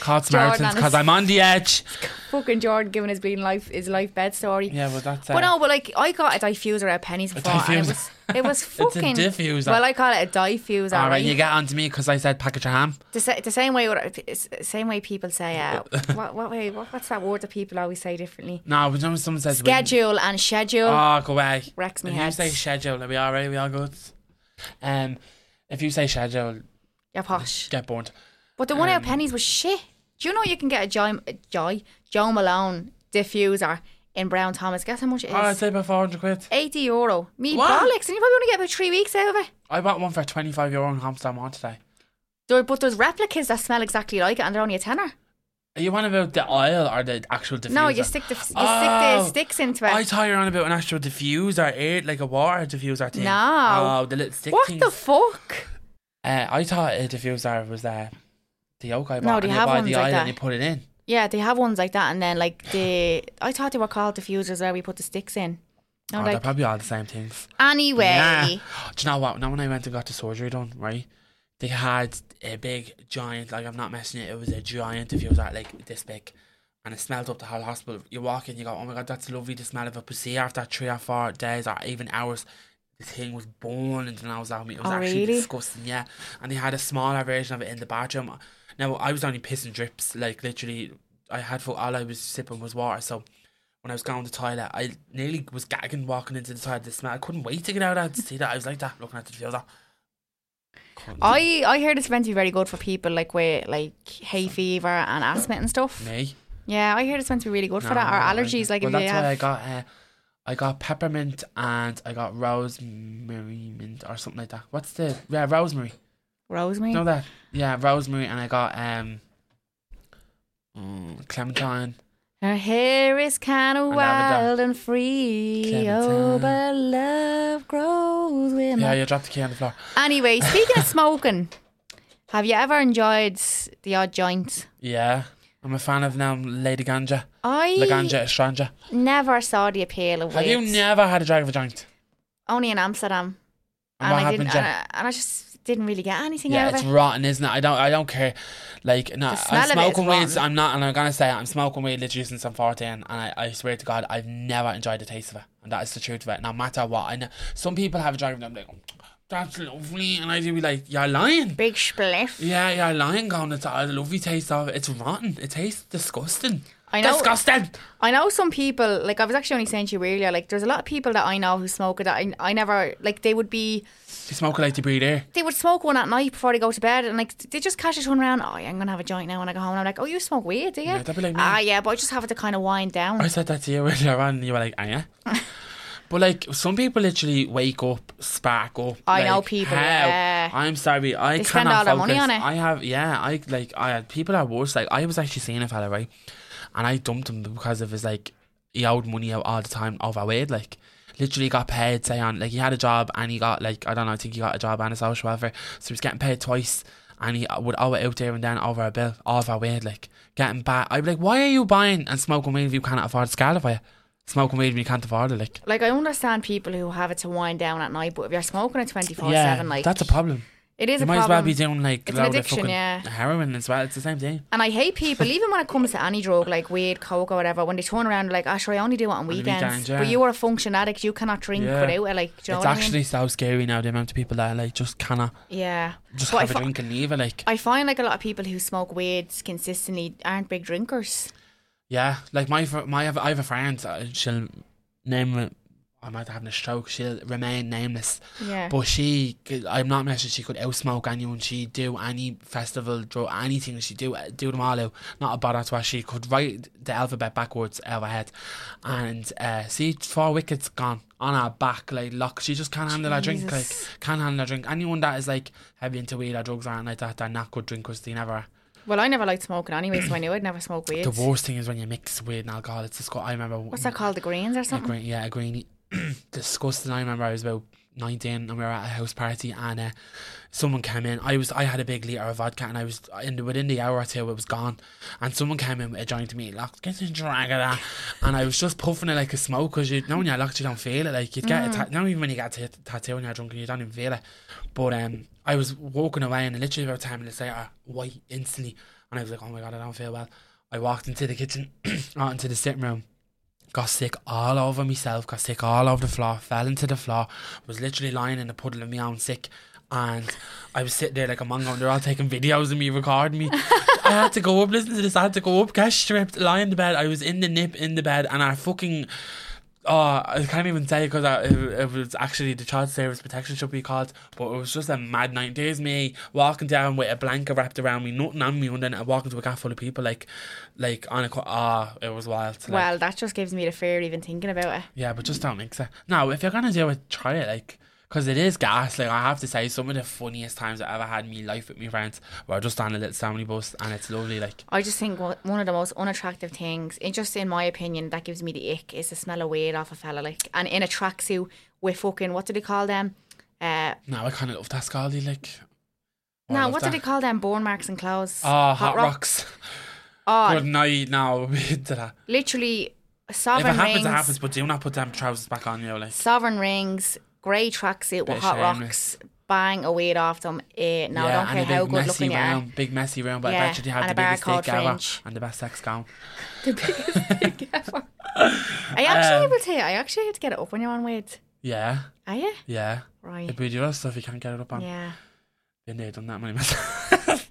B: Cod Samaritans,
A: Jordan.
B: because I'm on the edge.
A: *laughs* Fucking Jordan giving his bleeding life his life bed story.
B: Yeah, well, that's. Uh,
A: But no, but like I got a diffuser at pennies before, and
B: diffuser.
A: it was it was
B: *laughs* It's a
A: fucking
B: diffuser.
A: Well, I call it a diffuser.
B: all right,
A: right?
B: you get onto me because I said package of ham.
A: the, sa- the same way, what- it's the same way people say.
B: *laughs*
A: Uh, what, what way? What, what's that word that people always say differently?
B: No, when someone says
A: Schedule and schedule.
B: Oh, go away.
A: Wrecks me
B: If you
A: heads.
B: say schedule, are we all right? We all good? Um, if you say schedule,
A: *laughs*
B: *laughs*
A: yeah, posh.
B: get burned.
A: But the one
B: Um,
A: out of pennies was shit. Do you know you can get a Joy, a Joy Joe Malone diffuser in Brown Thomas? Guess how much it is?
B: Oh, I'd say about 400 quid.
A: 80 euro. Me
B: What?
A: bollocks. And you probably only get about three weeks out of it.
B: I bought one for 25 euro in Hampstead Mall today.
A: There, but there's replicas that smell exactly like it and they're only a tenner.
B: Are you on about the oil or the actual diffuser?
A: No, you stick the, you stick
B: Oh.
A: the sticks into it.
B: I thought you were on about an actual diffuser, eh? like a water diffuser thing.
A: No.
B: Oh, the little stick
A: what
B: things.
A: the fuck?
B: uh, I thought a diffuser was uh, the yoke I bought.
A: they
B: and
A: have
B: you buy
A: ones
B: the
A: like
B: oil
A: that.
B: and you put it in.
A: Yeah, they have ones like that. And then, like, the. I thought they were called diffusers where we put the sticks in.
B: Oh,
A: I'm
B: they're
A: like,
B: probably all the same things.
A: anyway.
B: Yeah. Do you know what? Now when I went and got the surgery done, right? They had a big giant, like I'm not messing it. It was a giant if you was at like this big, and it smelled up the whole hospital. You walk in, you go, oh my god, that's lovely. The smell of a pussy after three or four days or even hours. The thing was born, and then I was out. It was
A: Oh,
B: actually
A: really?
B: disgusting, yeah. And they had a smaller version of it in the bathroom. Now I was only pissing drips, like literally. I had for all I was sipping was water, so when I was going to the toilet, I nearly was gagging walking into the toilet. The smell, I couldn't wait to get out. I'd see that I was like that, looking at the diffuser. Couldn't-
A: I, I heard it's meant to be very good for people like with like hay fever and asthma and stuff.
B: me
A: Yeah, I heard it's meant to be really good for that. Or
B: No, I
A: allergies,
B: didn't.
A: like
B: well,
A: if you
B: that's why I
A: have.
B: got. Uh, I got peppermint and I got rosemary mint or something like that. What's the yeah rosemary?
A: Rosemary.
B: Know that yeah rosemary and I got um mm, clementine.
A: Her hair is kind of
B: And
A: wild and free. Oh,
B: Clementine.
A: but love grows with
B: Yeah,
A: my-
B: you dropped the key on the floor.
A: Anyway, speaking of smoking, Have you ever enjoyed the odd joint?
B: Yeah. I'm a fan of now Lady Ganja.
A: I
B: La Ganja Estranja.
A: never saw the appeal of
B: Have you
A: weeds.
B: never had a drag of a joint?
A: Only in Amsterdam.
B: And
A: And,
B: what
A: I
B: happened
A: didn't
B: to you?
A: and I, and I just didn't really get anything
B: Yeah,
A: out
B: it's
A: of it.
B: rotten, isn't it? I don't, I don't care. Like, no,
A: smell
B: I'm
A: of it is
B: smoking weeds.
A: rotten.
B: I'm not, and I'm gonna say it, I'm smoking weed literally since I'm 14, and I, I swear to God, I've never enjoyed the taste of it, and that is the truth of it. No matter what, I know some people have a drink and I'm like, that's lovely, and I do be like, you're lying.
A: Big spliff.
B: Yeah, yeah, lying gone. It's a lovely taste of it. It's rotten. It tastes disgusting.
A: I know-
B: Disgusting.
A: I know some people, like I was actually only saying to you earlier, like there's a lot of people that I know who smoke it that I, I never, like they would be,
B: You smoke it like you breathe air.
A: they would smoke one at night before they go to bed and like they just casually turn around, oh yeah, I'm going to have a joint now when I go home. And I'm like, oh, you smoke weed, do you?
B: Yeah, that'd be like me.
A: ah, yeah, but I just have it to kind of wind down.
B: I said that to you earlier on, and you were like, "Ah, yeah."
A: *laughs*
B: but like, some people literally wake up, spark up.
A: I know
B: like,
A: people,
B: how?
A: yeah.
B: I'm sorry, I
A: They spend
B: cannot
A: all their money
B: focus.
A: on it.
B: I have, yeah, I like, I had people are worse. Like, I was actually seeing a fella right, and I dumped him because of his like, he owed money out all the time over weed, like. Literally got paid, say on like he had a job and he got like I don't know, I think he got a job and a social welfare, so he was getting paid twice, and he would owe it out there and then over a bill, over weed, like getting back. I'd be like, why are you buying and smoking weed if you can't afford to scalify it? Smoking weed if you can't afford it, like
A: Like I understand people who have it to wind down at night, but if you're smoking it 24 7, like
B: that's a problem.
A: it is
B: You
A: a
B: might
A: problem.
B: as well be doing like
A: It's an
B: load of
A: addiction,
B: fucking
A: yeah.
B: heroin as well. It's the same thing.
A: And I hate people, even when it comes to any drug, like weed, coke, or whatever, when they turn around, they're like, oh, sure, I only do it on weekends.
B: weekends, yeah.
A: But you are a function addict, you cannot drink
B: Yeah.
A: without it. Like, do you know
B: it's
A: what I mean?
B: actually so scary now the amount of people that like just cannot
A: Yeah.
B: just
A: But I
B: have a
A: fi-
B: drink and leave it. Like
A: I find like a lot of people who smoke weed consistently aren't big drinkers.
B: yeah, like my fr- my I have a friend. uh, She'll name. it- I might have having a stroke. She'll remain nameless.
A: Yeah.
B: But she, could- I'm not mentioning she could outsmoke anyone. She do any festival, draw anything. She do eh, do them all out. Not a bother to her. She could write the alphabet backwards out of her head, and uh, see four wickets gone on her back. Like look, she just can't handle her drink. Like
A: Jesus.
B: can't handle her drink. Anyone that is like heavy into weed or drugs or anything like that, they're not good drinkers. They never. Are.
A: well, I never liked smoking anyway, so I knew I'd never smoke weed.
B: The worst thing is when you mix weed and alcohol. It's just. I remember
A: What's that called? The greens or
B: a
A: something?
B: green, yeah, a *clears throat* greenie. Disgusting. I remember I was about 19 and we were at a house party and uh, someone came in. I was I had a big litre of vodka and I was in the, within the hour or two it was gone. And someone came in with a joint to me, like, get a drag of that. And I was just puffing it like a smoke because you know when you're locked you don't feel it. Like you'd get a ta- not even when you get a t- tattoo when you're drunk and you don't even feel it. But um I was walking away and literally about 10 minutes later, white instantly. And I was like, oh my God, I don't feel well. I walked into the kitchen, *clears throat* out into the sitting room got sick all over myself, got sick all over the floor, fell into the floor, was literally lying in a puddle of my own sick. And I was sitting there like a mongo, and they're all taking videos of me, recording me. I had to go up, listen to this, I had to go up, get stripped, lie in the bed. I was in the nip, in the bed, and I fucking. Oh, I can't even say because it, it was actually the Child Service Protection should be called, but it was just a mad night. There's me walking down with a blanket wrapped around me, nothing on me, and then I walk into a car full of people like, like on a. co- Ah, it was wild. Like,
A: Well, that just gives me the fear of even thinking about it.
B: yeah, but just don't mix it. No, if you're gonna do it, try it. Like, cause it is gas. Like, I have to say, some of the funniest times I ever had in my life with my friends were just on a little family bus, and it's lovely. Like,
A: I just think one one of the most unattractive things, and just in my opinion, that gives me the ick is the smell of weed off a fella, like, and in a tracksuit with fucking what do they call them? Uh,
B: no, I kind of love that Scaldy. Like, oh, I
A: no,
B: love
A: what do
B: that.
A: they call them? Burn marks and clothes.
B: Oh, hot,
A: rock-
B: rocks. *laughs*
A: Oh,
B: Good night. Now *laughs* we into that.
A: literally
B: If it
A: sovereign
B: happens,
A: rings,
B: it happens. But do not put them trousers back on you. Like,
A: sovereign rings, grey tracksuit
B: Bit
A: with hot
B: shameless.
A: rocks, bang a weed off them. Eh, no, I
B: yeah, and
A: don't
B: a
A: care
B: big
A: how good
B: messy
A: looking you are.
B: room, big messy room. But I
A: Yeah,
B: bet you they have
A: and
B: the
A: a bar
B: biggest
A: called
B: dick ever
A: Fringe.
B: and the best sex gown.
A: *laughs* The
B: *laughs*
A: biggest thing ever. Are you actually
B: Um,
A: able to? Are you actually able to get it up when you're on weed?
B: Yeah,
A: Are you?
B: yeah.
A: Right.
B: It'd be the other stuff you can't get it up on.
A: Yeah. *laughs*
B: Been there, done that many *laughs* times.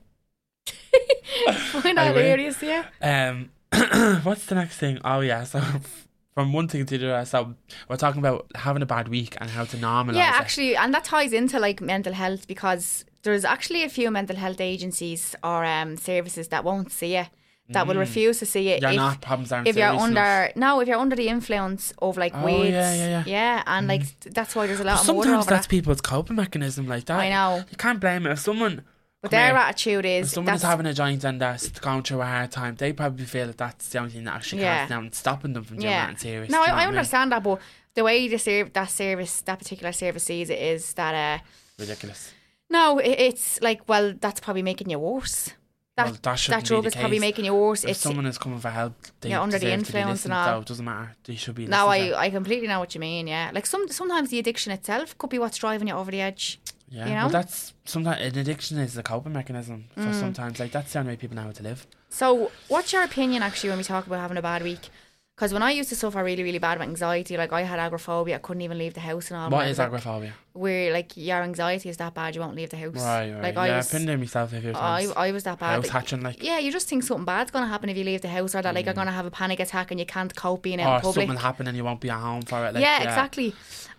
A: Why not
B: will.
A: hilarious? Yeah.
B: Um, *clears throat* what's the next thing? Oh yeah, so *laughs* from one thing to the other. So we're talking about having a bad week and how to normalize.
A: Yeah,
B: it.
A: actually, and that ties into like mental health because there's actually a few mental health agencies or um, services that won't see you, that will refuse to see you
B: Mm. you're
A: if,
B: not problems aren't
A: if you're
B: serious
A: under
B: enough.
A: no, if you're under the influence of like
B: Oh,
A: weeds,
B: yeah, yeah, yeah.
A: and like th- that's why there's a lot of murder
B: Sometimes
A: over
B: that's
A: that.
B: people's coping mechanism like that.
A: I know.
B: You can't blame it if someone.
A: But
B: come
A: their
B: here,
A: attitude
B: if
A: is
B: someone is
A: that's
B: having a joint and they're s- going through a hard time, they probably feel that that's the only thing that actually
A: Yeah.
B: counts down and stopping them from doing
A: yeah.
B: that serious.
A: No,
B: do you know
A: I, I
B: what mean?
A: understand that, but the way the serv- that service, that particular service sees it is that uh,
B: Ridiculous.
A: No, i- it's like, well, that's probably making you worse. That
B: Well, that shouldn't
A: that
B: be
A: drug
B: the
A: is probably
B: case.
A: making you worse.
B: If
A: it's
B: someone is coming for help, they
A: Yeah, under the
B: deserve to be
A: influence and
B: listened
A: all.
B: to. It doesn't matter. They should be.
A: no,
B: listened
A: I,
B: to.
A: I completely know what you mean. Yeah, like some sometimes the addiction itself could be what's driving you over the edge.
B: Yeah,
A: you know? Mm.
B: well, that's sometimes an addiction is a coping mechanism for sometimes. Like that's the only way people know how to live.
A: So, what's your opinion actually when we talk about having a bad week? Because when I used to suffer really, really bad with anxiety, like I had agoraphobia, I couldn't even leave the house and all.
B: What
A: and
B: is
A: I was like,
B: agoraphobia?
A: Where like your anxiety is that bad, you won't leave the house.
B: Right, right.
A: Like
B: yeah,
A: I
B: I've
A: was,
B: been there myself a few
A: I,
B: times.
A: I was that bad.
B: House hatching, like,
A: yeah, you just think something bad's gonna happen if you leave the house, or that like you're gonna have a panic attack and you can't cope being out
B: or
A: in public.
B: Oh, something will happen and you won't be at home for it. Like,
A: yeah, exactly.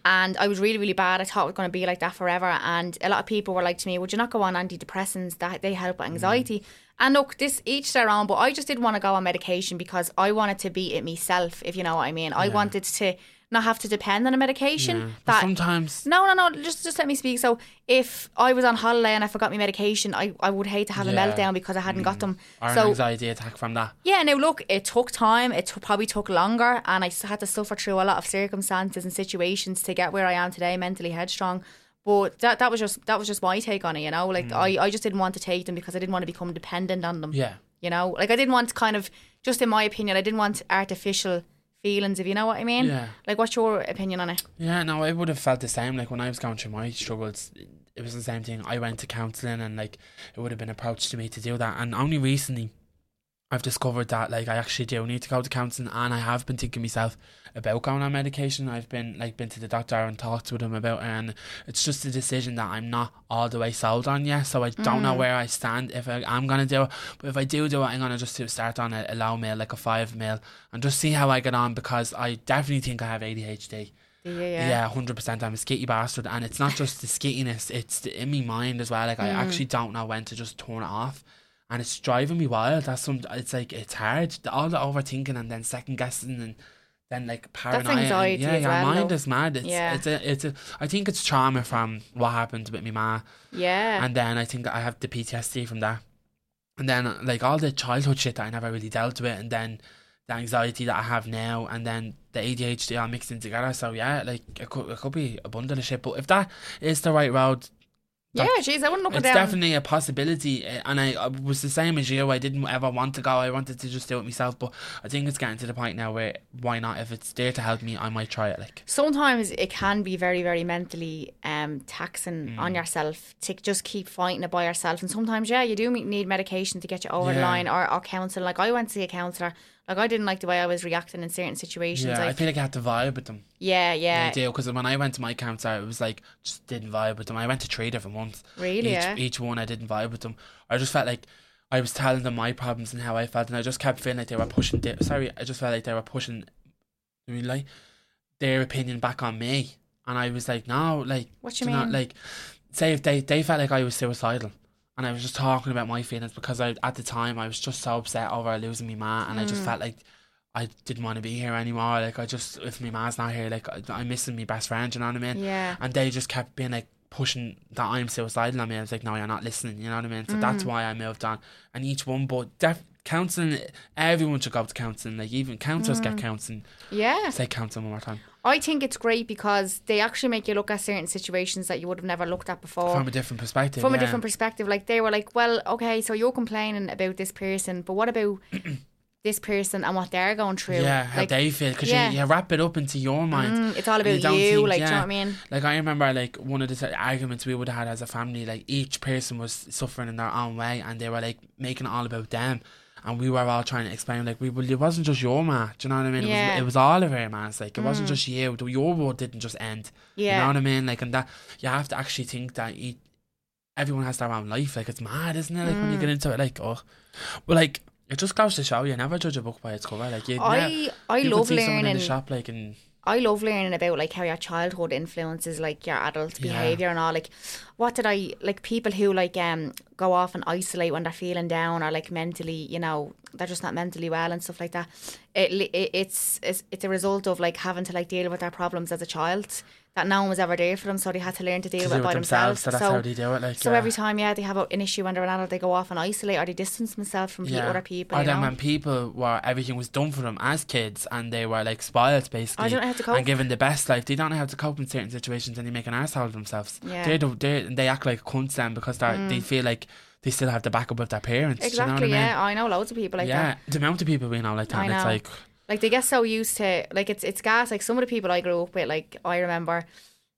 A: And I was really, really bad. I thought it was going to be like that forever. And a lot of people were like to me, "Would you not go on antidepressants? That they help
B: Mm.
A: with anxiety." And look, this each their own. But I just didn't want to go on medication because I wanted to be it myself. If you know what I mean, I wanted to not have to depend on a medication.
B: Yeah. But
A: That
B: sometimes
A: no, no, no. Just, just let me speak. So, if I was on holiday and I forgot my medication, I, I would hate to have a
B: Yeah. Mm.
A: meltdown because I hadn't got them.
B: or an
A: so,
B: anxiety attack from that.
A: yeah, now look, it took time. It t- probably took longer, and I s- had to suffer through a lot of circumstances and situations to get where I am today, mentally headstrong. But that that was just that was just my take on it, you know. Like I, I just didn't want to take them because I didn't want to become dependent on them.
B: Hmm. Yeah.
A: You know, like I didn't want kind of just in my opinion, I didn't want artificial feelings, if you know what I mean.
B: Yeah.
A: Like, what's your opinion on it?
B: Yeah, no, I would have felt the same. Like when I was going through my struggles, it was the same thing. I went to counselling, and like it would have been approached to me to do that. And only recently, I've discovered that like I actually do need to go to counselling, and I have been thinking myself about going on medication. I've been like been to the doctor and talked with him about it, and it's just a decision that I'm not all the way sold on yet. So I don't know where I stand if I, I'm gonna do it. But if I do do it, I'm gonna just do- start on a, a low meal, like a five meal, and just see how I get on because I definitely think I have ADHD.
A: Yeah,
B: Yeah, hundred percent. I'm a skitty bastard, and it's not
A: *laughs*
B: just the skittiness; it's the, in my mind as well. Like
A: Hmm.
B: I actually don't know when to just turn it off, and it's driving me wild. That's some. It's like it's hard. The- All the overthinking and then second guessing and then like paranoia. and-
A: anxiety
B: yeah,
A: as
B: your
A: well,
B: mind
A: though.
B: is mad. It's
A: Yeah.
B: it's a, it's a. I think it's trauma from what happened with my ma,
A: yeah.
B: and then I think I have the PTSD from that, and then like all the childhood shit that I never really dealt with, and then the anxiety that I have now, and then the ADHD all mixed in together. So yeah, like it could, it could be a bundle of shit. But if that is the right road,
A: yeah,
B: that-
A: jeez, I wouldn't look
B: it's
A: it down.
B: definitely a possibility. eh, And I, I was the same as you. I didn't ever want to go. I wanted to just do it myself. But I think it's getting to the point now where why not? If it's there to help me, I might try it. Like
A: sometimes it can be very very mentally um taxing
B: Mm.
A: on yourself to just keep fighting it by yourself and sometimes yeah you do me- need medication to get you over the
B: Yeah.
A: line or, or counseling like i went to see a counselor like i didn't like the way i was reacting in certain situations
B: yeah, I
A: like
B: feel like I have to vibe with them.
A: yeah yeah
B: They do because when I went to my counselor, it was like just didn't vibe with them. I went to three different ones.
A: Really,
B: Each,
A: yeah?
B: each one I didn't vibe with them. I just felt like I was telling them my problems and how I felt, and I just kept feeling like they were pushing. Their, sorry, I just felt like they were pushing, I mean, like their opinion back on me, and I was like, no, like
A: What you
B: do not-
A: mean?
B: like, say if they they felt like I was suicidal. And I was just talking about my feelings because I, at the time I was just so upset over losing my ma, and I
A: Mm.
B: just felt like I didn't want to be here anymore. Like I just, if my ma's not here, like I, I'm missing my best friend. You know what I mean?
A: Yeah.
B: And they just kept being like pushing that I'm suicidal on me. I was like, no, you're not listening. You know what I mean? So that's
A: Mm.
B: why I moved on. And each one, but def- counseling, everyone should go to counseling. Like even counselors
A: Mm.
B: get counseling.
A: yeah
B: Say counseling one more time
A: i think it's great because they actually make you look at certain situations that you would have never looked at before
B: from a different perspective.
A: Oh. from
B: yeah.
A: a different perspective. Like they were like, well, okay, so you're complaining about this person, but what
B: *clears throat*
A: about this person and what they're going through?
B: Yeah, how
A: like,
B: they feel because
A: yeah.
B: you, you wrap it up into your mind.
A: mm, it's all
B: and
A: about
B: don't
A: you.
B: think-
A: like, do you know
B: yeah.
A: what I mean?
B: Like I remember, like one of the t- arguments we would have had as a family, like each person was suffering in their own way, and they were like making it all about them, and we were all trying to explain, like, we well, it wasn't just your man, do you know what I mean?
A: Yeah. Mm.
B: It, was, it was all of our man's, like it wasn't just you. The- Your war didn't just end.
A: Yeah.
B: you know what I mean? Like, and that you have to actually think that each, everyone has their own life. Like it's mad, isn't it? Like when
A: Mm.
B: you get into it, like oh, well, like it just goes to show you never judge a book by its cover. Like you, ne-
A: I I
B: you could
A: love
B: see someone in
A: learning.
B: the shop, like and.
A: I love learning about like how your childhood influences like your adult
B: Yeah.
A: behavior and all. Like, what did I like? People who like um go off and isolate when they're feeling down or like mentally, you know, they're just not mentally well and stuff like that. It, li- it it's, it's it's a result of like having to like deal with their problems as a child that no one was ever there for them, so they had to learn to deal
B: To
A: with
B: do
A: it
B: it
A: by
B: themselves,
A: themselves.
B: so that's how they do it. Like,
A: so
B: yeah.
A: every time, yeah, they have a, an issue when they're an adult, they go off and isolate or they distance themselves from pe- other people.
B: Or
A: you
B: then
A: know?
B: when people were everything was done for them as kids and they were like spoiled basically
A: Oh, don't know how to cope.
B: and given the best life, they don't know how to cope in certain situations and they make an arsehole of themselves.
A: Yeah. Mm.
B: They do they they act like cunts then because they they feel like they still have the backup of their parents.
A: exactly,
B: do you know what
A: yeah, I know loads of people
B: I mean?
A: like
B: yeah.
A: that.
B: The amount of people we know like that
A: I
B: and it's
A: know.
B: like
A: like they get so used to like it's it's gas like some of the people I grew up with like I remember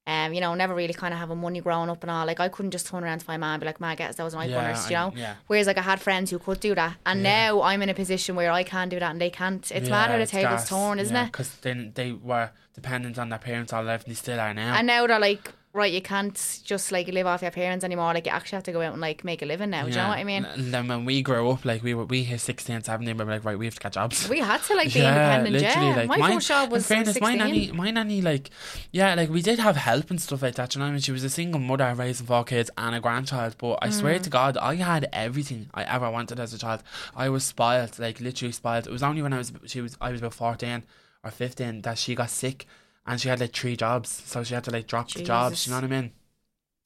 A: um you know never really kind of having money growing up and all like I couldn't just turn around to my mom and be like ma get us those night
B: Yeah,
A: runners you
B: I-
A: know
B: yeah.
A: whereas like I had friends who could do that and now I'm in a position where I can do that and they can't it's mad how the table's torn isn't it
B: Because then they were dependent on their parents all their life and they still are now.
A: and now they're like right you can't just like live off your parents anymore like you actually have to go out and like make a living now do you know what I mean
B: And then when we grow up, like we were, we hit 16, 17, we were like, right, we have to get jobs.
A: we had to like be independent yeah my first job was
B: in fairness,
A: 16
B: my nanny, my nanny, like, yeah, like we did have help and stuff like that. You know what I mean? She was a single mother raising four kids and a grandchild. But I swear
A: Mm.
B: to God, I had everything I ever wanted as a child. I was spoiled, like literally spoiled. It was only when I was she was I was about fourteen or fifteen that she got sick and she had like three jobs, so she had to like drop the jobs.
A: Jesus.
B: You know what I mean?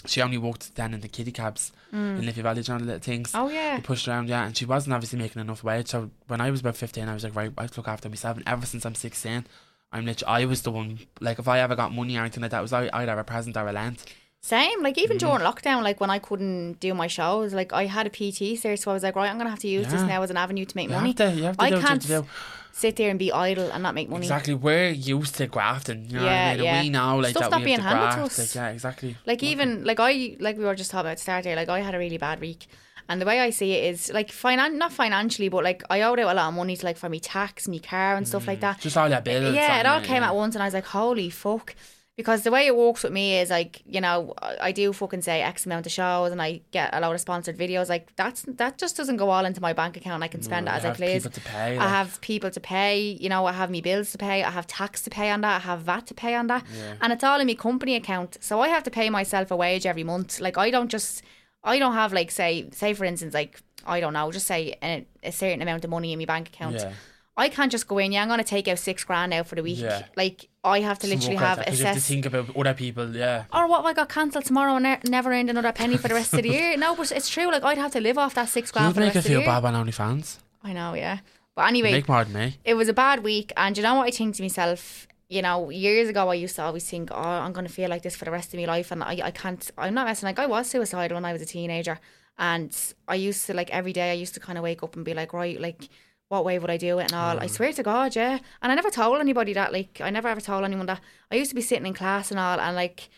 B: She only walked down in the kiddie cabs
A: Mm.
B: in Liffey Valley, you know, the little things
A: oh yeah
B: be pushed around, yeah, and she wasn't obviously making enough wage. So when I was about fifteen, I was like, right, I have to look after myself. And ever since I'm sixteen, I'm literally I was the one. Like if I ever got money or anything like that, it was I, I'd have a present or a lent.
A: Same, like even
B: Mm-hmm.
A: during lockdown, like when I couldn't do my shows, like I had a PT there, so I was like, right, I'm gonna have to use this
B: Yeah.
A: now as an avenue to make
B: You
A: money.
B: have to, you have to
A: I
B: do what you have
A: can't
B: to do.
A: sit there and be idle and not make money.
B: Exactly, we're used to grafting. You know
A: Yeah,
B: what I mean?
A: yeah.
B: And we know like
A: Stuff
B: that
A: not
B: we
A: being
B: have to
A: handed to
B: graft.
A: us.
B: Like, yeah, exactly.
A: Like even like I like we were just talking about Saturday, like I had a really bad week. And the way I see it is like finan- not financially, but like I owed out a lot of money to like for me tax, me car and stuff like that.
B: Just all that bills.
A: yeah, it all
B: and,
A: came
B: yeah.
A: at once, and I was like, "Holy fuck!" Because the way it works with me is like, you know, I I do fucking say X amount of shows, and I get a lot of sponsored videos. Like that's that just doesn't go all into my bank account. I can spend
B: I
A: it as I
B: have
A: please.
B: people to pay.
A: I
B: like,
A: have people to pay, you know, I have me bills to pay, I have tax to pay on that, I have VAT to pay on that. And it's all in my company account. So I have to pay myself a wage every month. Like I don't just I don't have like say say for instance like I don't know, just say a, a certain amount of money in my bank account.
B: Yeah.
A: I can't just go in, yeah, I'm gonna take out six grand now for the week.
B: Yeah.
A: Like I have to
B: to
A: literally
B: work like
A: have
B: that, 'cause you have to
A: assess
B: think about other people. Yeah,
A: or what if I got cancelled tomorrow and ne- never earned another penny for the rest of
B: *laughs*
A: the year. No, but it's true. Like I'd have to live off that six grand
B: you'd
A: for the
B: make
A: rest
B: her
A: of the
B: feel
A: year.
B: bad on OnlyFans.
A: I know, yeah. But anyway,
B: You make more than me.
A: it was a bad week and you know what I think to myself you know years ago I used to always think oh I'm going to feel like this for the rest of my life and I, I can't I'm not messing like I was suicidal when I was a teenager and I used to like every day I used to kind of wake up and be like right like what way would I do it and all I swear to God yeah and I never told anybody that like I never ever told anyone that I used to be sitting in class and all and like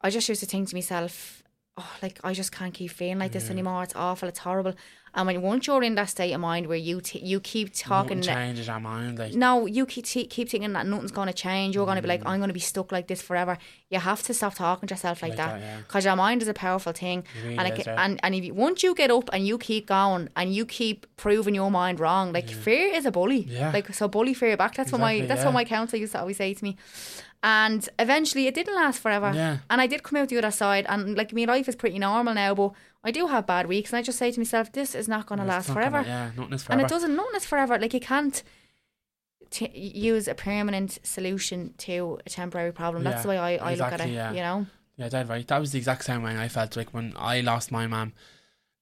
A: I just used to think to myself, oh, like I just can't keep feeling like this anymore. It's awful. It's horrible. And when once you're in that state of mind where you t- you keep talking,
B: Nothing changes our mind. Like
A: no, you keep t- keep thinking that nothing's gonna change. You're gonna be
B: Mm.
A: like, I'm gonna be stuck like this forever. You have to stop talking to yourself like,
B: Like
A: that.
B: that, yeah.
A: Because your mind is a powerful thing,
B: really
A: and,
B: is,
A: it, ca-
B: yeah.
A: and and if you, once you get up and you keep going and you keep proving your mind wrong, like fear is a bully.
B: Yeah.
A: Like so, bully fear back. That's what my
B: Exactly,
A: that's
B: yeah.
A: what my counselor used to always say to me. And eventually, it didn't last forever.
B: Yeah.
A: And I did come out the other side, and like my life is pretty normal now, but I do have bad weeks, and I just say to myself, this is not gonna
B: it's
A: last
B: not
A: forever.
B: Gonna, yeah, nothing is
A: And
B: forever.
A: it doesn't, nothing is forever. Like, you can't t- use a permanent solution to a temporary problem. That's
B: Yeah,
A: the way I, I look at it,
B: exactly, yeah.
A: you know?
B: Yeah, dead right. That was the exact same way I felt like when I lost my mum.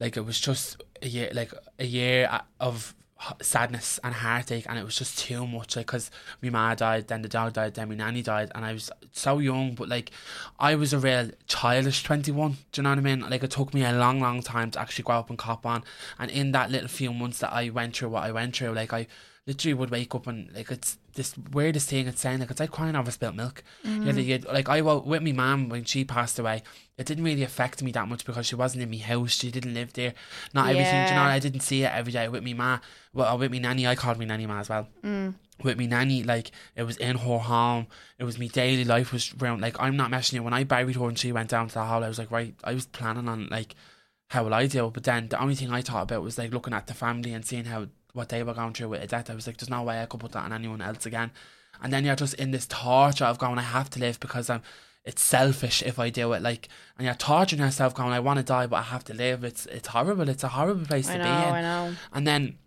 B: Like it was just a year, like a year uh, of h- sadness and heartache, and it was just too much. Like, cause my ma died, then the dog died, then my nanny died, and I was so young, but like, I was a real childish twenty one. Do you know what I mean? Like, it took me a long, long time to actually grow up and cop on. And in that little few months that I went through what I went through, like I literally would wake up and like it's this weirdest thing it's saying like it's like crying over spilt milk yeah, they- yeah, like I wa- with my mum when she passed away it didn't really affect me that much because she wasn't in my house she didn't live there not everything do you know
A: Yeah.
B: I didn't see it every day with me ma well with me nanny I called me nanny ma as well with me nanny, like it was in her home. It was me daily life was round. Like I'm not messing you. When I buried her and she went down to the hall, I was like, right. I was planning on like, how will I deal? But then the only thing I thought about was like looking at the family and seeing how what they were going through with a death. I was like, there's no way I could put that on anyone else again. And then you're just in this torture of going, I have to live because I'm it's selfish if I do it. Like, and you're torturing yourself, going, I want to die, but I have to live. It's it's horrible. It's a horrible place
A: I
B: to
A: know,
B: be in.
A: I know.
B: And then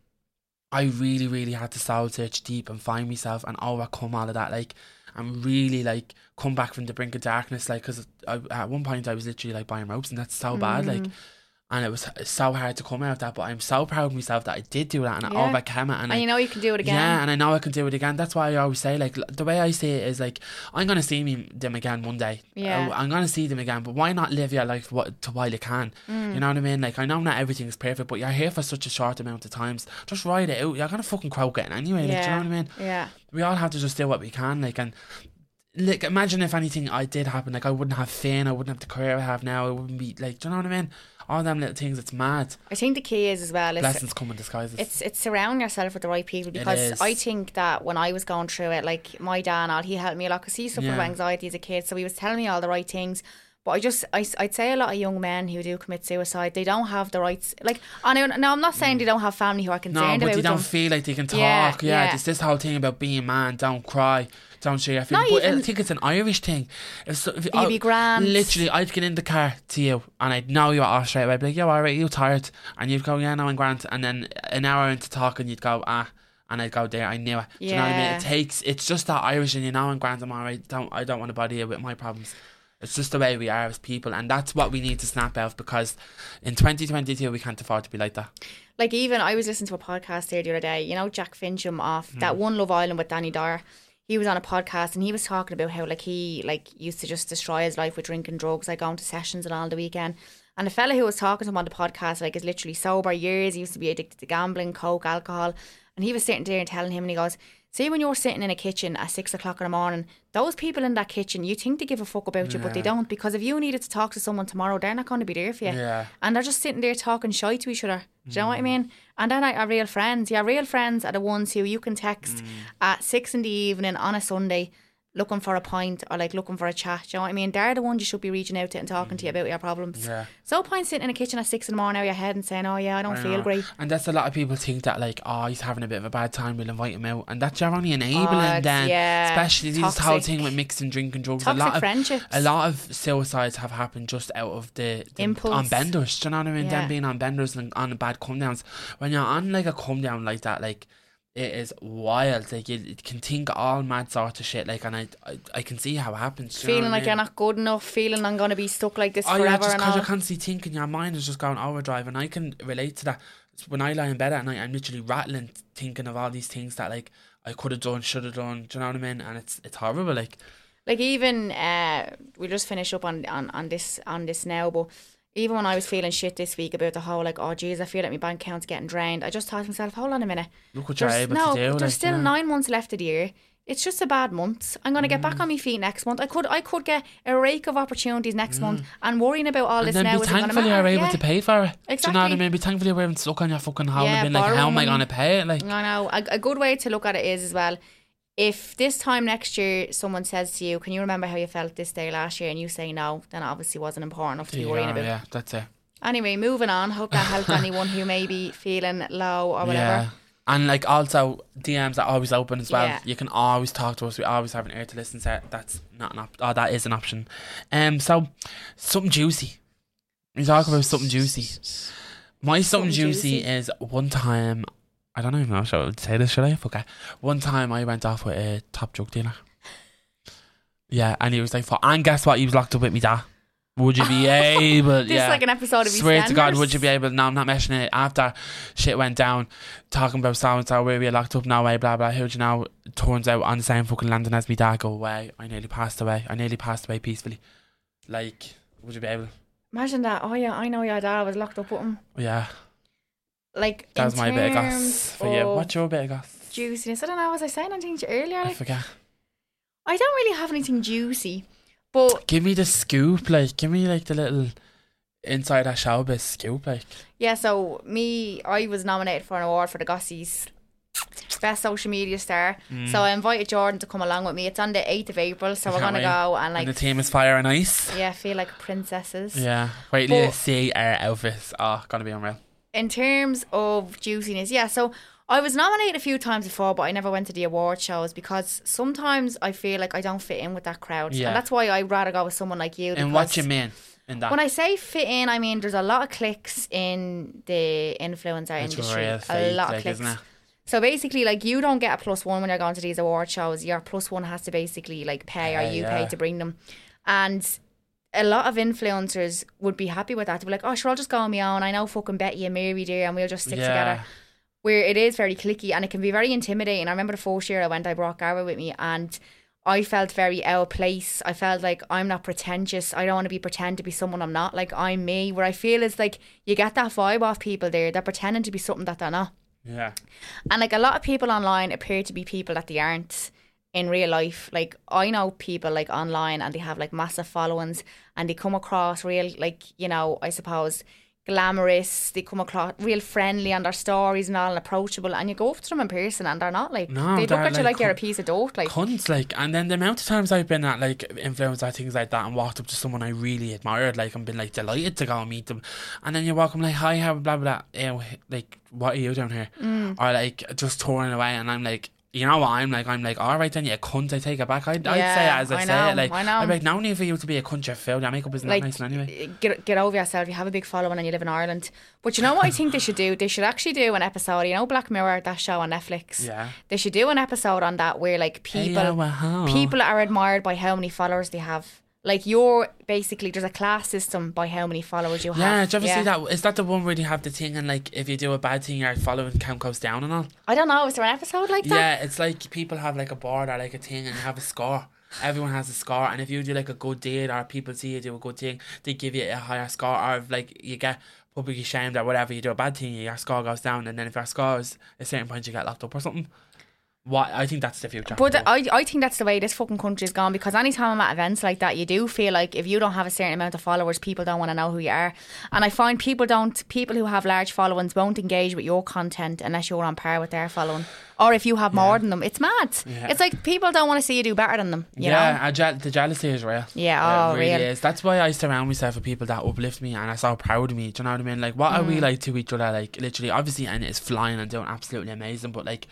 B: I really, really had to soul search deep and find myself and oh, overcome all of that. Like, and really, like, come back from the brink of darkness. Like, because at one point I was literally like buying ropes, and that's so bad. Like, and it was h- so hard to come out of that. But I'm so proud of myself that I did do that and oh,
A: Yeah.
B: I overcame it. And, I,
A: And you know you can do it again.
B: yeah, and I know I can do it again. That's why I always say, like, l- the way I see it is, like, I'm going to see me, them again one day.
A: Yeah.
B: Uh, I'm going to see them again, but why not live your life what, to while you can?
A: Mm.
B: You know what I mean? Like, I know not everything's perfect, but you're here for such a short amount of times. Just ride it out. You're going to fucking croak it anyway. Like, do you know
A: Yeah.
B: what I mean?
A: Yeah.
B: we all have to just do what we can, like and like imagine if anything I did happen, like I wouldn't have fame, I wouldn't have the career I have now, I wouldn't be like, do you know what I mean? All them little things, it's mad.
A: I think the key is as well is
B: Lessons come in disguises.
A: it's it's surround yourself with the right people because
B: is.
A: I think that when I was going through it, like my dad and all, he helped me a lot because he suffered with
B: Yeah.
A: anxiety as a kid, so he was telling me all the right things. But I just, I, would say a lot of young men who do commit suicide, they don't have the rights. Like, I know, now I'm not saying they don't have family who are
B: Mm. no,
A: concerned
B: but they
A: about
B: don't
A: them.
B: feel like they can talk.
A: Yeah,
B: Yeah,
A: yeah.
B: it's this whole thing about being a man, don't cry, don't show your feelings.
A: Not
B: But I
A: even-
B: think it's an Irish thing. If, so, if
A: You'd be grand.
B: Literally, I'd get in the car to you and I'd know you are off straight away. I'd be like, yo, all right, you tired? And you'd go, yeah, no, I'm grand. And then an hour into talking, you'd go, ah. And I'd go there. I knew it. Do you know what I mean?
A: Yeah.
B: It takes. It's just that Irish, and you know, I'm grand. I'm all right. Don't. I don't want to bother you with my problems. It's just the way we are as people, and that's what we need to snap out. Because in 2022, we can't afford to be like that.
A: Like, even I was listening to a podcast there the other day, you know, Jack Fincham off that one Love Island with Danny Dyer. He was on a podcast and he was talking about how, like, he like used to just destroy his life with drinking drugs, like going to sessions and all the weekend. And the fella who was talking to him on the podcast, like, is literally sober years. He used to be addicted to gambling, coke, alcohol. And he was sitting there and telling him, and he goes, See, when you're sitting in a kitchen at six o'clock in the morning, those people in that kitchen, you think they give a fuck about you, but they don't. Because if you needed to talk to someone tomorrow, they're not going to be there for you
B: Yeah.
A: and they're just sitting there talking shy to each other. Do you know what
B: Mm.
A: I mean? And then our real friends, yeah, real friends are the ones who you can text
B: Mm.
A: at six in the evening on a Sunday, looking for a pint or like looking for a chat. Do you know what I mean? They're the ones you should be reaching out to and talking to you about your
B: Mm.
A: problems.
B: Yeah.
A: So point sitting in a kitchen at six in the morning, out your head and saying, "Oh yeah, I don't feel
B: know.
A: great."
B: And that's a lot of people think that like, oh, he's having a bit of a bad time. We'll invite him out, and that's you're only enabling
A: Oh, it's-
B: them.
A: yeah,
B: especially this whole
A: toxic.
B: thing with mixing, drinking, drugs.
A: Toxic
B: a lot of
A: friendships.
B: a lot of suicides have happened just out of the, the
A: Impulse.
B: on benders. Do you know what I mean?
A: Yeah.
B: Them being on benders and on bad come downs. When you're on like a come down like that, like. It is wild. Like you you can think all mad sort of shit. Like, and I, I, I can see how it happens. do you know what
A: Feeling
B: I
A: like
B: mean?
A: you're not good enough. Feeling I'm gonna be stuck like this
B: Oh yeah,
A: forever
B: just
A: and
B: because
A: all.
B: you're constantly thinking, your mind is just going overdrive, and I can relate to that. It's When I lie in bed at night, I'm literally rattling, thinking of all these things that like I could have done, should have done. Do you know what I mean? And it's it's horrible. Like
A: like even uh we'll just finish up on, on on this on this now but even when I was feeling shit this week about the whole like oh geez I feel like my bank account's getting drained I just thought to myself hold on a minute
B: look what you're
A: there's,
B: able to
A: no
B: do.
A: there's
B: like,
A: still
B: yeah.
A: nine months left of the year it's just a bad month I'm gonna get back
B: Mm.
A: on my feet next month I could I could get a rake of opportunities next month and worrying about all
B: And
A: this
B: Mm. then
A: now
B: be
A: isn't gonna
B: thankful you're
A: matter
B: able
A: yeah.
B: to pay for it. Do you know what I
A: Exactly.
B: mean? Be thankful you're able to look on your fucking hole
A: Yeah, Mm.
B: and be like, how am I
A: borrowing.
B: gonna pay it? Like,
A: I know. A, a good way to look at it is as well. If this time next year someone says to you, "Can you remember how you felt this day last year?" and you say no, then it obviously wasn't important enough to be
B: yeah,
A: worrying about.
B: yeah, that's it.
A: Anyway, moving on. Hope
B: *laughs*
A: that helped anyone who may be feeling low or whatever.
B: Yeah. And like also DMs are always open as well.
A: Yeah.
B: You can always talk to us. We always have an ear to listen set. That's not an op- oh that is an option. Um so something juicy. We talk about something juicy. My something,
A: Something
B: juicy,
A: juicy.
B: is one time I don't even know if I would say this, should I? Okay. One time I went off with a top drug dealer. Yeah, and he was like, "For and guess what? He was locked up with me dad. Would you
A: *laughs*
B: be able?
A: This
B: yeah.
A: is like an episode of
B: Swear to God,
A: EastEnders.
B: would you be able? No, I'm not mentioning it. After shit went down, talking about so and so, where we were locked up, no way, blah blah. Who do you know? Turns out on the same fucking landing as me dad. Go away. I nearly passed away. I nearly passed away peacefully. Like, would you be able?
A: Imagine that. Oh yeah, I know your dad was locked up with him.
B: Yeah,
A: Like
B: that
A: in
B: was my bit of goss
A: terms
B: for you.
A: of
B: What's your bit of goss?
A: juiciness? I don't know. Was I saying anything to you earlier?
B: I
A: Like,
B: forget.
A: I don't really have anything juicy, but
B: Give me the scoop, like, give me like the little inside a showbiz scoop, like.
A: Yeah, so me, I was nominated for an award for the Gossies Best Social Media Star.
B: Mm.
A: So I invited Jordan to come along with me. It's on the 8th of April, so
B: I
A: we're
B: can't
A: going to
B: wait.
A: go and
B: and
A: like,
B: the team is fire and ice.
A: yeah, feel like princesses.
B: Yeah, wait till you uh,
A: But-
B: see our outfits. Oh, gonna be unreal.
A: In terms of juiciness, yeah, so I was nominated a few times before, but I never went to the award shows because sometimes I feel like I don't fit in with that crowd,
B: Yeah.
A: and that's why I'd rather go with someone like you.
B: And
A: because-
B: what you mean in that?
A: When I say fit in, I mean there's a lot of clicks in the influencer
B: It's
A: industry.
B: real
A: A
B: fake,
A: lot
B: like,
A: of clicks.
B: isn't it?
A: So basically, like you don't get a plus one when you're going to these award shows. Your plus one has to basically like pay or
B: Pay,
A: you
B: yeah.
A: pay to bring them, and a lot of influencers would be happy with that. To be like, oh sure, I'll just go on my own. I know fucking Betty and Mary dear, and we'll just stick together where it is very clicky and it can be very intimidating. I remember the first year I went, I brought Gara with me and I felt very out of place. I felt like I'm not pretentious. I don't want to be pretend to be someone I'm not. Like I'm me. Where I feel is like you get that vibe off people there. They're pretending to be something that they're not.
B: Yeah.
A: And like a lot of people online appear to be people that they aren't in real life. Like I know people like online and they have like massive followings and they come across real like, you know, I suppose glamorous, they come across real friendly on their stories and all and approachable and you go up to them in person and they're not like
B: No,
A: they look
B: they're,
A: at you
B: like,
A: like you're a
B: cunt-
A: piece of dope. Like
B: cunts like and then the amount of times I've been at like influencer things like that and walked up to someone I really admired like and been like delighted to go and meet them and then you walk them like hi how blah blah blah Ew, like what are you doing here
A: Mm.
B: or like just touring away and I'm like you know what I'm like I'm like alright then you cunt I take it back I'd, I'd say it
A: Yeah,
B: as I,
A: I
B: say
A: know,
B: it like
A: I know.
B: am like no need for you to be a cunt you fool your makeup isn't
A: like
B: that nice anyway
A: get get over yourself. You have a big following and you live in Ireland. But you know what I think they should do? They should actually do an episode. You know, Black Mirror, that show on Netflix.
B: Yeah.
A: They should do an episode on that where like people
B: yeah, wow.
A: people are admired by how many followers they have. Like you're basically there's a class system by how many followers you
B: yeah
A: have.
B: do you ever see that is that the one where they have the thing and like if you do a bad thing your following count goes down and all
A: I don't know. Is there an episode like that?
B: Yeah, it's like people have like a board or like a thing and you have a score. Everyone has a score, and if you do like a good deed or people see you do a good thing, they give you a higher score. Or if like you get publicly shamed or whatever, you do a bad thing, your score goes down, and then if your score is a certain point, you get locked up or something. What I think that's the future.
A: But uh, I, I think that's the way this fucking country's gone because anytime I'm at events like that, you do feel like if you don't have a certain amount of followers, people don't want to know who you are. And I find people don't, people who have large followings won't engage with your content unless you're on par with their following. Or if you have more than them. It's mad.
B: Yeah.
A: It's like people don't want to see you do better than them, you
B: yeah,
A: know?
B: I je- the jealousy is real.
A: Yeah,
B: it
A: oh,
B: really
A: real.
B: is. That's why I surround myself with people that uplift me and are so proud of me. Do you know what I mean? Like, what are we
A: Mm.
B: like to each other? Like, literally, obviously, and it's flying and doing absolutely amazing. But like,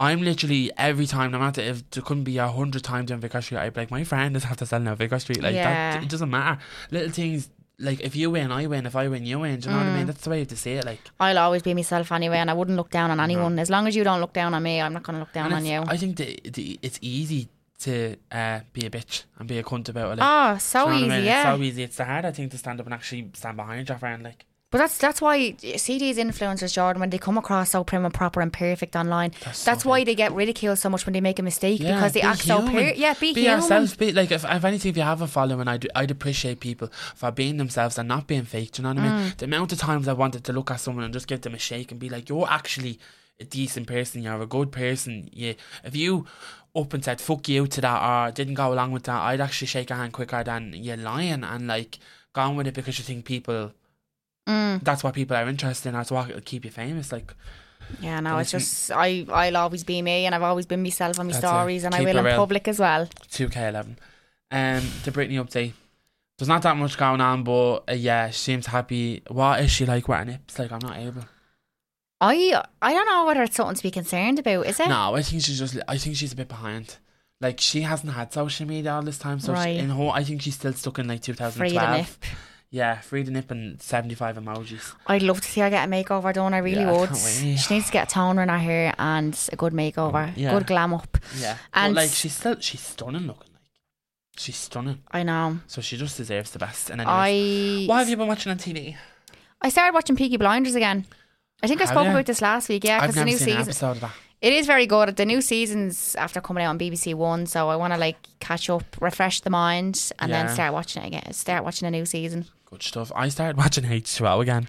B: I'm literally every time, no matter if there couldn't be a hundred times in Vicar Street, I'd be like, my friend is after selling out Vicar Street. Like,
A: Yeah.
B: that it doesn't matter. Little things. Like if you win, I win. If I win, you win. Do you know what I
A: Mm.
B: mean? That's the way you have to see it. Like,
A: I'll always be myself anyway and I wouldn't look down on anyone. As long as you don't look down on me, I'm not going to look down
B: Uh-huh. and
A: on
B: it's-
A: you.
B: I think the, the it's easy to uh, be a bitch and be a cunt about it. Like,
A: Oh,
B: Do you
A: so
B: know
A: easy,
B: what I mean?
A: yeah.
B: It's so e- easy. It's the hard, I think, to stand up and actually stand behind your friend. Like,
A: But that's that's why you see these influencers, Jordan, when they come across so prim and proper and perfect online. That's,
B: so
A: why they get ridiculed so much when they make a mistake because they
B: be
A: act so
B: human.
A: per- yeah, be,
B: be
A: human.
B: yourself. Be like, if, if anything, if you have a following, I'd I'd appreciate people for being themselves and not being fake. Do you know what I mean? The amount of times I wanted to look at someone and just give them a shake and be like, you're actually a decent person. You're a good person. Yeah. If you up and said fuck you to that or didn't go along with that, I'd actually shake a hand quicker than you lying and like gone with it because you think people.
A: Mm.
B: That's what people are interested in. That's what will keep you famous. Like
A: Yeah, no, it's just I I'll always be me and I've always been myself on my
B: That's it.
A: stories and I
B: Keep
A: will
B: it
A: in
B: real.
A: public as well.
B: 2K11. Um, the Britney update. There's not that much going on, but uh, yeah, she seems happy. What is she like wearing nips? Like, I'm not able.
A: I I don't know whether it's something to be concerned about, is it?
B: No, I think she's just, I think she's a bit behind. Like, she hasn't had social media all this time, so
A: Right.
B: she, in her, I think she's still stuck in like
A: Free the
B: 2012.
A: nip.
B: Yeah, free the nip and 75 emojis.
A: I'd love to see her get a makeover done. I really
B: Yeah, I
A: would.
B: can't wait. Mm,
A: She needs to get a toner in her hair and a good makeover,
B: Yeah.
A: good glam up.
B: Yeah.
A: And-
B: but, like, she's still, she's stunning looking. Like, she's stunning.
A: I know.
B: So she just deserves the best. And anyways,
A: I
B: what have you been watching on TV?
A: I started watching Peaky Blinders again. I think I
B: Have
A: spoke
B: ya?
A: about this last week, yeah,
B: I've
A: because the
B: never
A: new
B: seen an
A: season
B: episode of that.
A: it is very good. The new season's after coming out on BBC One, so I want to like catch up, refresh the mind, and
B: Yeah.
A: then start watching it again. Start watching the new season.
B: Good stuff. I started watching H2O again.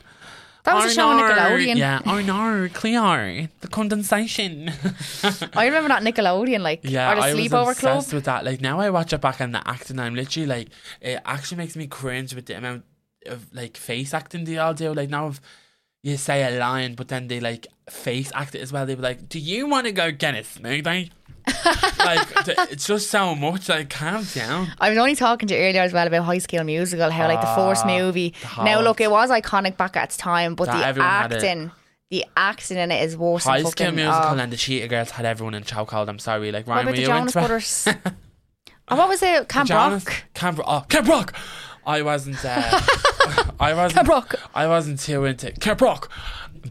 A: That was a show on Nickelodeon.
B: Yeah, I know, Cleo, the condensation. *laughs*
A: I remember that Nickelodeon, like
B: Yeah,
A: or the
B: I was
A: sleepover club.
B: obsessed with that. Like now, I watch it back and the acting. I'm literally like, it actually makes me cringe with the amount of like face acting they all do. Like now, if you say a line, but then they like face act it as well. They were like, "Do you want to go get a
A: *laughs*
B: snake?" Like, th- it's just so much. Like, calm down.
A: I was only talking to you earlier as well about High School Musical, how like the first movie.
B: Ah, the
A: Now
B: halt.
A: look, it was iconic back at its time, but
B: That
A: the
B: everyone had it.
A: acting, the acting in it is worse.
B: High
A: than
B: School
A: fucking,
B: Musical
A: oh.
B: and the Cheetah Girls had everyone in chokehold. I'm sorry, like
A: What
B: Ryan,
A: about
B: were
A: the
B: you
A: Jonas
B: into it? *laughs*
A: Brothers? oh, what was it? Camp
B: Jonas-
A: Rock.
B: Camp Rock. Oh, Camp Rock. I wasn't. Uh, I wasn't.
A: Camp Rock.
B: I wasn't too into Camp Rock,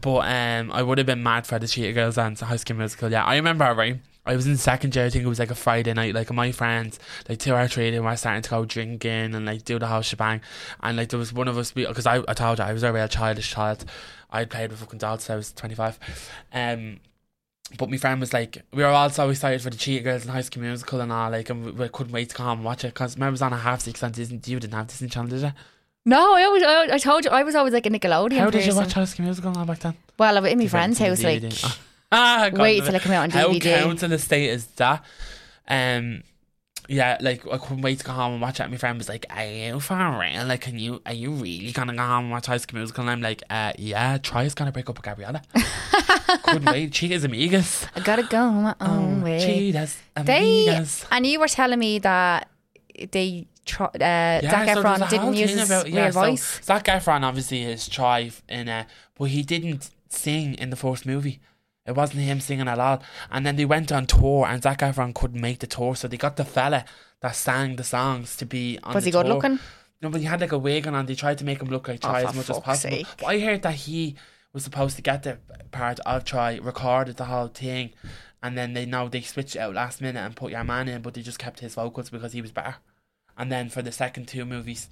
B: but um, I would have been mad for the Cheetah Girls and High School Musical. Yeah, I remember right. I was in second year. I think it was like a Friday night. Like my friends, like two or three, they were starting to go drinking and like do the whole shebang. And like there was one of us because I, I told you I was a real childish child. I played with fucking dolls. till I was twenty five. Um, but my friend was like, we were all so excited for the Cheetah Girls and High School Musical and all, like, and we, we couldn't wait to come home and watch it because remember it was on a half six on Disney. You didn't have Disney Channel, did you?
A: No, I always, I, I told you, I was always like a Nickelodeon
B: How did
A: person.
B: you watch High School Musical and all back then?
A: Well, I was in my friend's
B: Went
A: house,
B: to
A: like,
B: DVD.
A: *laughs*
B: ah, God,
A: wait till it came out on DVD.
B: How council estate is that? Um, yeah, like I couldn't wait to go home and watch it. My friend was like, "Are you for real? Like, can you? Are you really gonna go home and watch High School Musical?" And I'm like, "Uh, yeah. Troy's gonna break up with
A: *laughs*
B: Gabriella. couldn't wait. Cheetah's amigas.
A: I gotta go my
B: Oh, Um,
A: own way.
B: Cheetahs
A: Oh, They
B: amigas."
A: and you were telling me that they tr- uh, Zac
B: so there's
A: Efron
B: a
A: didn't
B: whole
A: use
B: thing
A: his
B: about-
A: real
B: yeah, so
A: voice.
B: Zac Efron obviously is try in a, but he didn't sing in the first movie. It wasn't him singing at all. And then they went on tour, and Zac Efron couldn't make the tour, so they got the fella that sang the songs to be on.
A: Was
B: the
A: he good
B: tour.
A: looking?
B: No, but he had like a wig on, and they tried to make him look like Troy
A: Oh, for
B: as much as
A: fuck's
B: possible.
A: sake.
B: But I heard that he was supposed to get the part of Troy, recorded the whole thing, and then they now they switched it out last minute and put your man in, but they just kept his vocals because he was better. And then for the second two movies,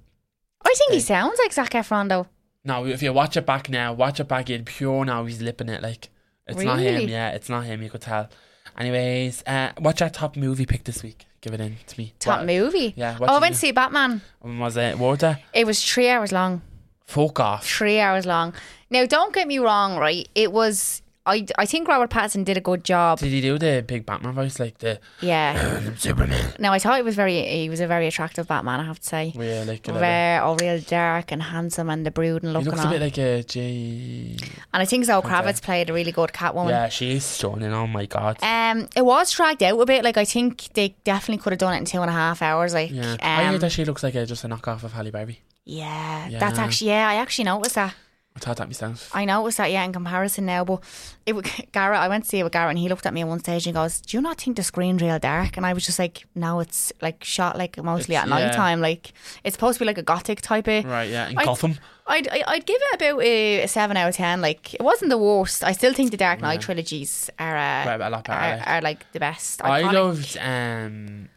A: I think he
B: They-
A: sounds like Zac Efron though.
B: no, if you watch it back now, watch it back in pure now, he's lipping it like it's not him,
A: Really?
B: yeah, it's not him, you could tell. Anyways, uh, what's your top movie pick this week? Give it in to me.
A: Top
B: What-
A: movie.
B: Yeah, what
A: Oh, I
B: did
A: went
B: you-
A: to see Batman.
B: When was it? Water?
A: It was three hours long.
B: Fuck off.
A: Three hours long. Now, don't get me wrong, right? It was. I, I think Robert Pattinson did a good job.
B: Did he do the big Batman voice like the
A: Yeah.
B: *coughs* Superman?
A: Now I thought it was very. He was a very attractive Batman. I have to say.
B: Yeah, like, like a-
A: Rare, all real dark and handsome, and the brooding
B: he
A: looking
B: looks a
A: on.
B: bit like a J.
A: and I think Zoe Kravitz played a really good Catwoman.
B: Yeah, she is stunning. Oh my god.
A: Um, it was dragged out a bit. Like I think they definitely could have done it in two and a half hours. Like,
B: Yeah,
A: yeah,
B: I heard
A: um,
B: that she looks like a, just a knockoff of Halle Berry.
A: yeah,
B: Yeah.
A: that's actually yeah. I actually noticed that.
B: I thought that myself.
A: I noticed that. Yeah, in comparison now, but it wa- *laughs* Garrett, I went to see it with Garrett, and he looked at me at one stage and goes, "Do you not think the screen's real dark?" And I was just like, "No, it's like shot like mostly
B: It's-
A: at
B: yeah. Mm.
A: night time. Like it's supposed to be like a gothic type of."
B: Right, yeah, in
A: I-
B: Gotham.
A: I'd I- I'd give it about a seven out of ten. Like it wasn't the worst. I still think the Dark Knight trilogies are uh,
B: Right, but a lot better,
A: are,
B: like.
A: are like the best.
B: I
A: Iconic.
B: loved um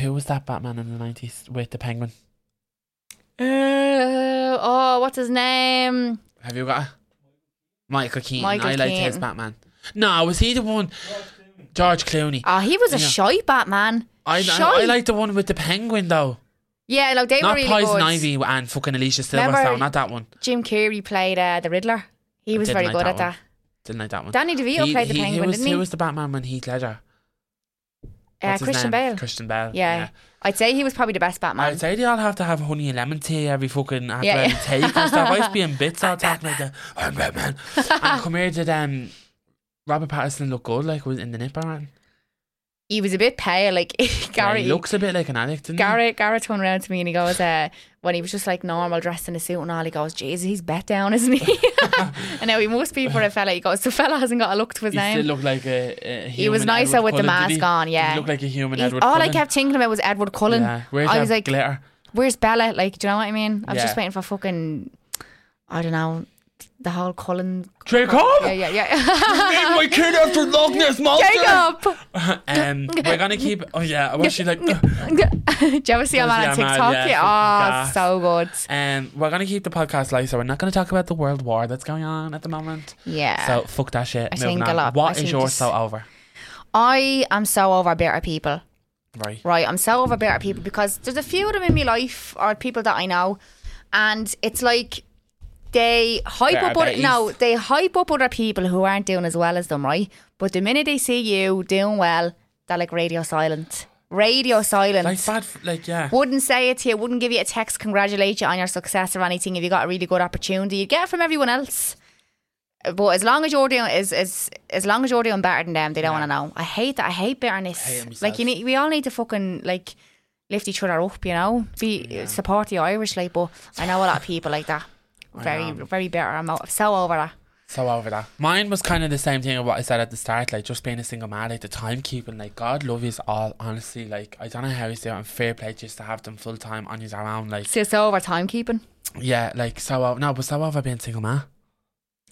B: who was that Batman in the nineties with the penguin?
A: Uh, oh, what's his name?
B: Have you got a Michael Keaton.
A: Michael
B: I liked his
A: Keaton.
B: Batman. No, was he the one George Clooney.
A: Oh, he was a
B: Yeah.
A: shite Batman.
B: I, I, I
A: Shite.
B: like the one with the penguin though.
A: Yeah, like they
B: Not
A: were really
B: Poison
A: good.
B: Ivy and fucking Alicia Silverstone,
A: Remember-
B: not that one.
A: Jim Carrey played uh, the Riddler. He
B: I
A: was
B: didn't
A: very
B: like
A: good
B: that
A: at that.
B: Didn't like that one.
A: Danny DeVito played the
B: who
A: Penguin,
B: was,
A: didn't
B: who
A: he?
B: was the Batman when Heath Ledger?
A: uh,
B: What's his
A: Christian
B: name?
A: Bale.
B: Christian Bale.
A: yeah.
B: yeah.
A: I'd say he was probably the best Batman.
B: I'd say they all have to have honey and lemon tea every fucking after
A: Yeah,
B: every
A: yeah.
B: take and stuff. I used to be in
A: *laughs*
B: bits all the time like the I'm Batman. and come here did um Robert Patterson look good like was in the nipper man.
A: he was a bit pale, like *laughs*
B: Yeah,
A: Gary.
B: he looks a bit like an addict, doesn't he?
A: Garrett, Garrett turned around to me and he goes, uh, when he was just like normal, dressed in a suit and all, he goes, Jesus, he's bet down,
B: *laughs*
A: isn't he? and now he must be for a fella. He goes, the fella hasn't got a look to his
B: He
A: name.
B: still looked like a, a
A: He was
B: human
A: nicer
B: Edward
A: with the
B: Cullen, did
A: mask
B: he?
A: on, yeah.
B: He looked like a human
A: He-
B: Edward
A: all I
B: Cullen.
A: kept thinking about was Edward Cullen.
B: yeah. Where's
A: I
B: that
A: was like,
B: glitter?
A: where's Bella? Like, do you know what I mean? I was
B: Yeah.
A: just waiting for fucking, I don't know, the whole Cullen.
B: Jacob!
A: *laughs* Yeah,
B: *laughs*
A: yeah, yeah.
B: Name my kid after Loch
A: *laughs*
B: Ness Monster!
A: Jacob! *laughs*
B: um, we're gonna keep... Oh yeah, I was she like...
A: do you ever see him on
B: Yeah, man,
A: TikTok?
B: yeah,
A: Yeah,
B: fucking
A: oh,
B: gas.
A: so good.
B: Um, we're gonna keep the podcast live, so we're not gonna talk about the world war that's going on at the moment.
A: Yeah.
B: So fuck that shit.
A: Uh, I
B: Moving
A: think a
B: on.
A: lot-
B: What
A: I
B: is
A: think
B: your
A: just-
B: so over?
A: I am so over bitter people.
B: Right.
A: right? I'm so over bitter people because there's a few of them in my life or people that I know, and it's like they hype
B: Bitter
A: up other,
B: days.
A: no, they hype up other people who aren't doing as well as them, right? But the minute they see you doing well, they're like radio silent, radio silent.
B: Like bad. Like yeah.
A: wouldn't say it to you, wouldn't give you a text, congratulate you on your success or anything if you got a really good opportunity. You get it from everyone else. But as long as you're doing is as as long as you're doing better than them, they don't
B: Yeah.
A: want to know. I hate that. I hate bitterness.
B: Hate it myself.
A: like you need, we all need to fucking like lift each other up. You know, be support the Irish. Like, but I know a lot of people like that. Very
B: know.
A: very bitter. I'm o- so over that.
B: So over that. Mine was kind of the same thing of what I said at the start, like just being a single man, like the timekeeping, like God love yous all, honestly. Like I don't know how you do it and fair play just to have them full time on his around, like
A: So it's over timekeeping.
B: yeah, like so over no, but so over being single man.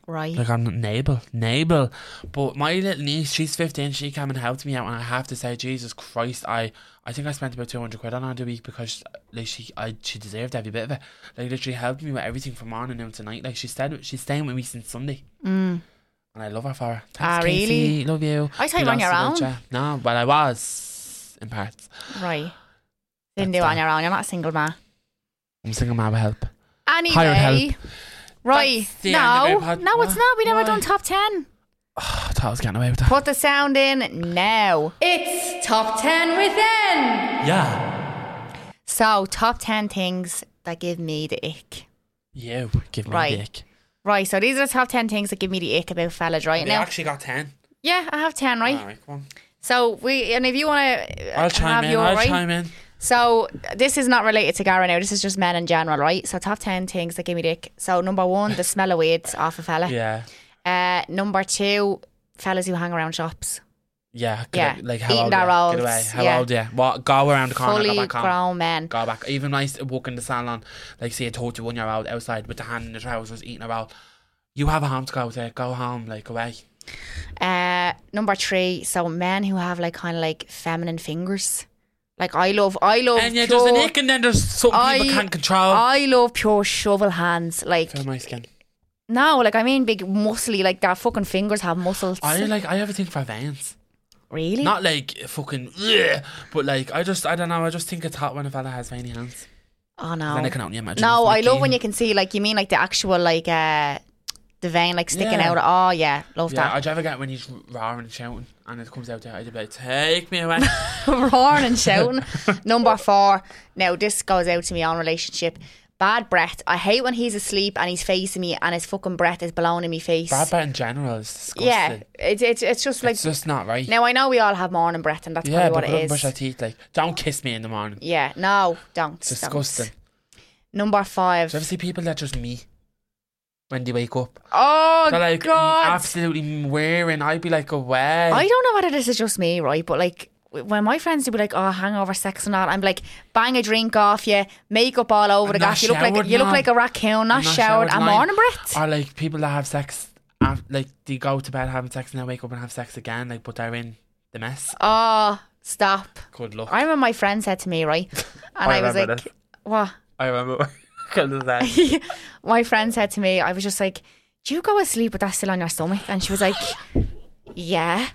A: Right.
B: Like I'm not able, able. But my little niece, she's 15. She came and helped me out, and I have to say, Jesus Christ, I I think I spent about 200 quid on her the week because like she I she deserved every bit of it. Like literally helped me with everything from morning noon to night. Like she stayed she's staying with me since Sunday,
A: Mm.
B: and I love her for her. Thanks,
A: Ah, really?
B: Casey. Love you.
A: I thought you
B: We
A: were on
B: lost
A: your
B: the
A: own.
B: wheelchair. No, well I was in parts.
A: Right. Didn't do
B: That's
A: it on
B: that.
A: your own. You're not a single man.
B: I'm a single man with help.
A: Anyway.
B: help.
A: Right.
B: That's the end
A: No.
B: of our pod-
A: No, it's
B: Wha-
A: not. We never
B: why?
A: done top 10.
B: I thought I was getting away with that.
A: Put the sound in now. It's top 10 within.
B: Yeah.
A: So, top 10 things that give me the ick.
B: You give me
A: Right.
B: a dick.
A: Right, so these are the top 10 things that give me the ick about fellas right
B: They
A: now.
B: actually got ten.
A: yeah, I have 10, right?
B: Alright, come on.
A: So, we, and if you want to
B: Ah. I'll
A: have
B: chime in.
A: your
B: I'll
A: right.
B: chime in.
A: So, this is not related to Gara now. This is just men in general, right? So, top 10 things that give me the ick. So, number one, the smell of weeds off a fella.
B: Yeah.
A: Uh, number two, fellas who hang around shops.
B: Yeah, get
A: Yeah.
B: out- like how
A: Eating
B: old?
A: their
B: yeah? Get
A: rolls,
B: away. How
A: yeah.
B: old? Yeah, what? Go around the corner, go
A: Fully
B: back home,
A: grown men.
B: go back. Even when I used to walk in the salon, like see a thirty-one year old outside with the hand in the trousers eating a roll. You have a home to go to. Go home, like away.
A: Uh, number three, so men who have like kind of like feminine fingers. Like I love, I love.
B: And yeah,
A: pure,
B: there's an ick, and then there's something
A: Oh, I-
B: people can't control.
A: I love pure shovel hands. Like
B: Feel my skin.
A: no, like I mean big muscly. Like their fucking fingers have muscles.
B: I like. I have a thing for veins.
A: really?
B: Not like fucking, ugh, but like I just I don't know. I just think it's hot when a fella has veiny hands.
A: oh no.
B: Then I can only imagine. it's
A: no, I love
B: Mickey.
A: when you can see. Like you mean like the actual like uh the vein like sticking
B: Yeah.
A: out. Oh yeah, love
B: Yeah, I drive a guy when he's roaring and shouting, and it comes out there. I'd be like, "Take me away." *laughs*
A: *laughs* that. Roaring and shouting. number four. Now this goes out to me on relationship. Bad breath. I hate when he's asleep and he's facing me and his fucking breath is blowing in my face.
B: Bad bet in general is disgusting.
A: Yeah, it's it's it's just like
B: it's just not right.
A: now I know we all have morning breath and that's
B: yeah, but
A: probably
B: don't
A: what it
B: brush our
A: is.
B: teeth. Like, don't kiss me in the morning.
A: Yeah, no, don't.
B: It's
A: don't.
B: disgusting. Do
A: Number five.
B: you ever see people that just me when they wake up?
A: Oh
B: They're like
A: God!
B: absolutely wearing. I'd be like, away.
A: I don't know whether this is just me, right? But like w- when my friends would be like, "Oh, hangover sex and all," I'm like, "Bang a drink off you, makeup all over
B: I'm
A: the
B: not
A: gaff. You look like
B: showered,
A: you look
B: man.
A: like a raccoon, not,
B: I'm not
A: showered,
B: showered,
A: and
B: man.
A: morning breath."
B: Or like people that have sex, af- like they go to bed having sex and then wake up and have sex again. Like, but they're in the mess.
A: oh, stop!
B: Good luck.
A: I remember my friend said to
B: *laughs*
A: me, right, and
B: I
A: I, was
B: remember
A: like,
B: this.
A: "What?"
B: I remember. *laughs*
A: *laughs*
B: that.
A: my friend said to me, I was just like, Do you go asleep with that still on your stomach? And she
B: *gasps*
A: was like, Yeah.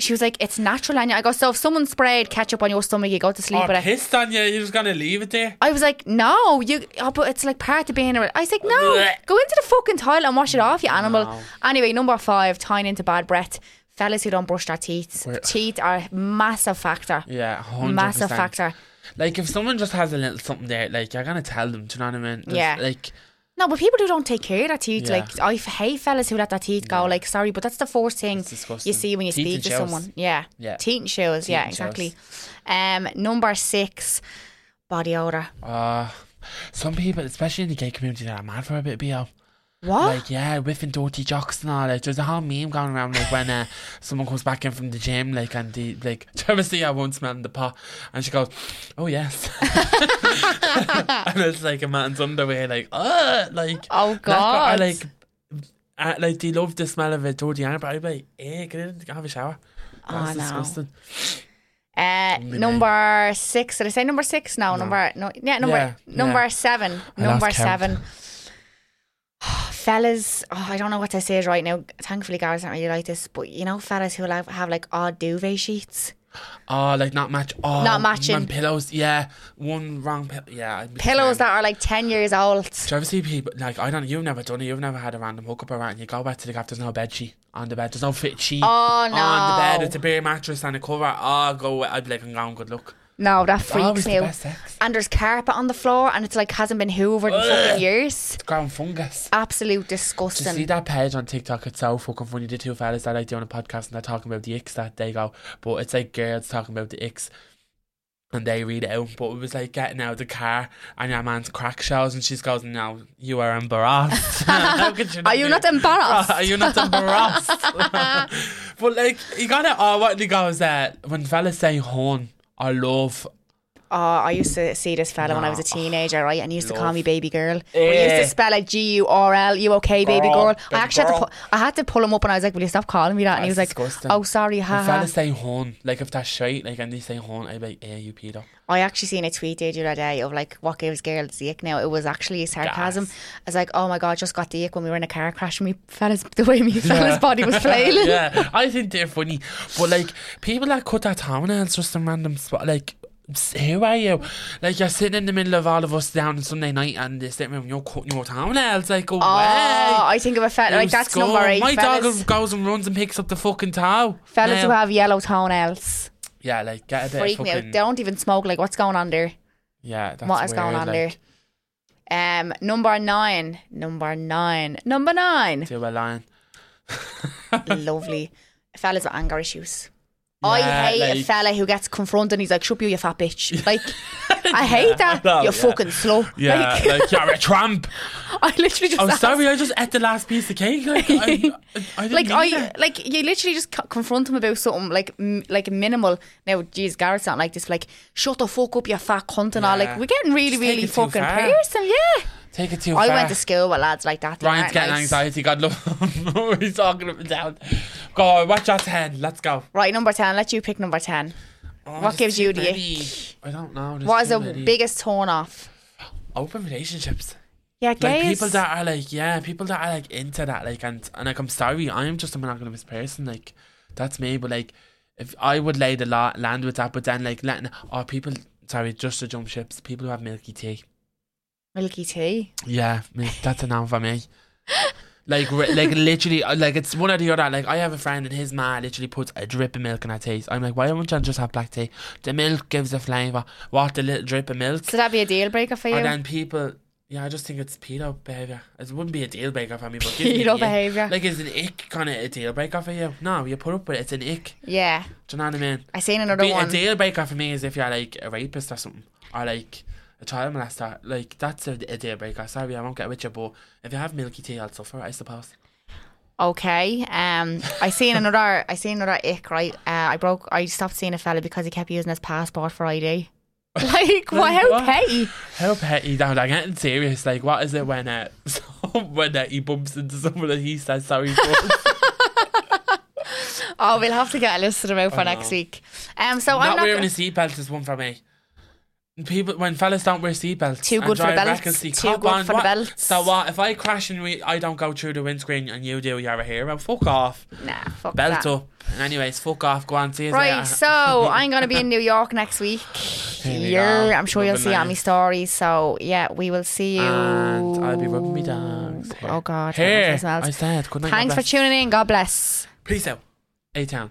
A: She was like, It's natural. And I go, So if someone sprayed ketchup on your stomach, you go to sleep
B: Or
A: with it.
B: pissed on you. You're just gonna leave it there.
A: I was like, no, you. Oh, but it's like part of being. a- I was like, no,
B: Blech.
A: go into the fucking toilet and wash it off, you animal.
B: No.
A: Anyway, number five, tying into bad breath. Fellas who don't brush their teeth.
B: We're-
A: Teeth are a massive factor.
B: Yeah, 100%.
A: Massive factor.
B: Like if someone just has a little something there, like you're gonna tell them. Do you know what I mean? There's,
A: Yeah.
B: Like
A: No, but people who don't take care of their teeth,
B: Yeah.
A: like I f- hate fellas who let their teeth go. Like, sorry, but that's the first thing
B: It's disgusting.
A: you see when you
B: Teeth
A: speak
B: and
A: to
B: shells.
A: someone. Yeah,
B: Yeah.
A: teeth and shoes. yeah,
B: and
A: exactly. Um, number six, body odor.
B: Uh, some people, especially in the gay community, that are mad for a bit of BO.
A: What?
B: Like, yeah, whiffing dirty jocks and all. Like, there's a whole meme going around, like, when uh, someone comes back in from the gym, like, and the, like, *laughs* Travis I won't smell in the pot. And she goes, oh,
A: *laughs*
B: yes. *laughs* and it's like a man's underwear, like, uh like,
A: oh
B: like, I
A: God!
B: like, uh, like, they love the smell of a dirty hand, but I'd be like, eh, get in, have a shower. That's
A: Oh, no.
B: disgusting.
A: uh,
B: Maybe.
A: number six. Did I say number six? No, number no. Yeah, number
B: Yeah,
A: number
B: yeah.
A: seven.
B: I lost
A: number
B: count.
A: seven. *sighs* Fellas, oh, I don't know what this is right now. Thankfully, guys don't really like this, but you know, fellas who like have like odd duvet sheets.
B: Oh, like, not match. Oh,
A: Not matching.
B: man, pillows, yeah. One wrong pillow. Yeah. I'd be
A: pillows
B: slammed.
A: that are like 10 years old.
B: Do you ever see people like I don't? You've never done it. You've never had a random hookup around. You go back to the gaff. There's no bed sheet on the bed. There's no fit sheet
A: Oh,
B: on the bed.
A: no.
B: It's a bare mattress and a cover. Oh, go. away. I'd be like, I'm going. Good luck.
A: No, that
B: Always
A: freaks me
B: the
A: out.
B: best sex.
A: And there's carpet on the floor and it's like hasn't been hoovered in fucking years.
B: Ground fungus.
A: Absolute
B: Do you see
A: disgusting.
B: that page on TikTok? It's so fucking funny. The two fellas that like doing a podcast and they're talking about the icks that they go, but it's like girls talking about the icks. and they read out. But it was like getting out of the car and your man's crack shows, and she goes, "No, you are
A: *laughs*
B: embarrassed. *laughs* How could
A: Are you
B: be-
A: not
B: *laughs*
A: embarrassed?
B: Are you not embarrassed? but like, you gotta. Oh, what he goes that when fellas say horn or love.
A: *laughs* Oh, I used to see this fella when I was a
B: Nah.
A: teenager, right? And he used to call
B: Love.
A: me baby girl. We used
B: Eh.
A: to spell it G U R L. You okay, baby
B: Girl,
A: girl? I
B: baby
A: actually had to
B: girl.
A: pu- I had to pull him up, and I was like, "Will you stop calling me that?" And he was like,
B: That's disgusting.
A: "Oh, sorry,
B: When
A: haha."
B: fellas say horn, like if that's shite, like and they say horn, I'd be like, eh, you pedo.
A: I actually seen a tweet the other day of like what gives girls the ick now. It was actually sarcasm.
B: Gas.
A: I was like, "Oh my god, just got the ick when we were in a car crash. And me fellas, the
B: *laughs*
A: way me fella's body was flailing."
B: yeah, I think they're funny. But like people that cut their toenails just in random spot, like s- who are you? Like you're sitting in the middle of all of us down on Sunday night and they're sitting around and you're cutting your toenails. Like go
A: Oh,
B: away.
A: I think of a fella like
B: You
A: that's
B: scum.
A: number eight.
B: My
A: fellas
B: dog goes and runs and picks up the fucking towel.
A: fellas who
B: Now-
A: have yellow toenails
B: yeah, like get a bit
A: freak
B: of
A: me out.
B: fucking
A: Don't even smoke. Like, what's going on there?
B: yeah. That's
A: What is
B: weird,
A: going on
B: like,
A: there? Um, number nine, number nine, number nine.
B: Do a line.
A: Lovely fellas with anger issues. I
B: Yeah,
A: hate a
B: like-
A: fella who gets confronted and he's like, "Shut up, you fat
B: *laughs*
A: bitch!" Like, I hate that.
B: No,
A: You're
B: yeah.
A: fucking slow.
B: Yeah, *laughs*
A: Like,
B: like you're a tramp.
A: *laughs* I literally just
B: I'm
A: asked-
B: sorry, I just ate the last piece of cake. Like,
A: *laughs*
B: I, I didn't
A: Like
B: mean
A: I,
B: that.
A: like you literally just c- confront him about something like m- like minimal. Now, geez, Garrett's not like this. Like, shut the fuck up, you fat cunt, and all.
B: Yeah.
A: Like, we're getting really,
B: Just take
A: really
B: it too
A: fucking
B: far.
A: personal. Yeah.
B: take it too
A: I
B: far.
A: went to school with lads like that. They
B: Ryan's
A: aren't
B: getting
A: nice.
B: anxiety. God love him. *laughs* He's talking up and down. Go on, watch your ten. Let's go.
A: Right, number 10. Let you pick number 10.
B: Oh,
A: What
B: there's
A: gives
B: too
A: you the
B: many. I don't know. there's
A: What is
B: too
A: the
B: many.
A: biggest turn off?
B: open relationships?
A: Yeah,
B: Like
A: gays.
B: people that are like, yeah, people that are like into that, like, and and like, I'm sorry, I am just a monogamous person, like, that's me. But like, if I would lay the la- land with that, but then like letting, oh, people, sorry, just to jump ships, people who have milky tea,
A: Milky tea.
B: yeah, me- that's a noun for me. Like, re- like literally, uh, like it's one or the other. Like, I have a friend and his ma literally puts a drip of milk in her tea. I'm like, why don't you just have black tea? The milk gives a flavour. What the little drip of milk?
A: So that'd be a deal breaker for you?
B: And Oh, then people, yeah, I just think it's pedo behavior. It wouldn't be a deal breaker for me, but gives me
A: Pedo
B: the ick.
A: behaviour.
B: Like, is an ick kind of a deal breaker for you? No, you put up with it. It's an ick.
A: yeah.
B: Do you know what I mean?
A: I seen another
B: Be, a
A: one.
B: deal breaker for me is if you're like a rapist or something, or like a child molester. Like that's a, a deal breaker. Sorry, I won't get with you, but if you have milky tea, I'll suffer. I suppose.
A: Okay. Um, I seen another. I seen another ick. Right. Uh, I broke. I stopped seeing a fella because he kept using his passport
B: *laughs*
A: for ID. Like, why?
B: Like, what?
A: Okay.
B: How petty down! I'm getting serious. Like, what is it when uh, *laughs* when uh, he bumps into someone and he says sorry
A: *laughs*
B: for?
A: Oh, we'll have to get a list of them out for
B: know.
A: next week. Um, so I'm
B: not
A: not.
B: wearing
A: gonna-
B: a seatbelt is one for me. People, when fellas don't wear seatbelts,
A: Too
B: and
A: good for the
B: drive
A: belts,
B: recklessly,
A: too
B: cop
A: good
B: on,
A: for the
B: what-
A: belts.
B: So what? If I crash and we, I don't go through the windscreen and you do, you're a hero. Fuck off.
A: Nah, fuck
B: Belt
A: that.
B: up. Anyways, fuck off. Go on, see you
A: Right,
B: *laughs*
A: so I'm going to be in New York next week.
B: Here we
A: Yeah,
B: go.
A: I'm sure you'll
B: Lovely
A: see it on
B: night.
A: my stories. So yeah, we will see you.
B: And I'll be rubbing me dogs. Here.
A: Oh God, my
B: Here.
A: mouth smells.
B: I said, good night. God
A: Thanks for
B: bless.
A: tuning in. God bless.
B: Peace out. A town.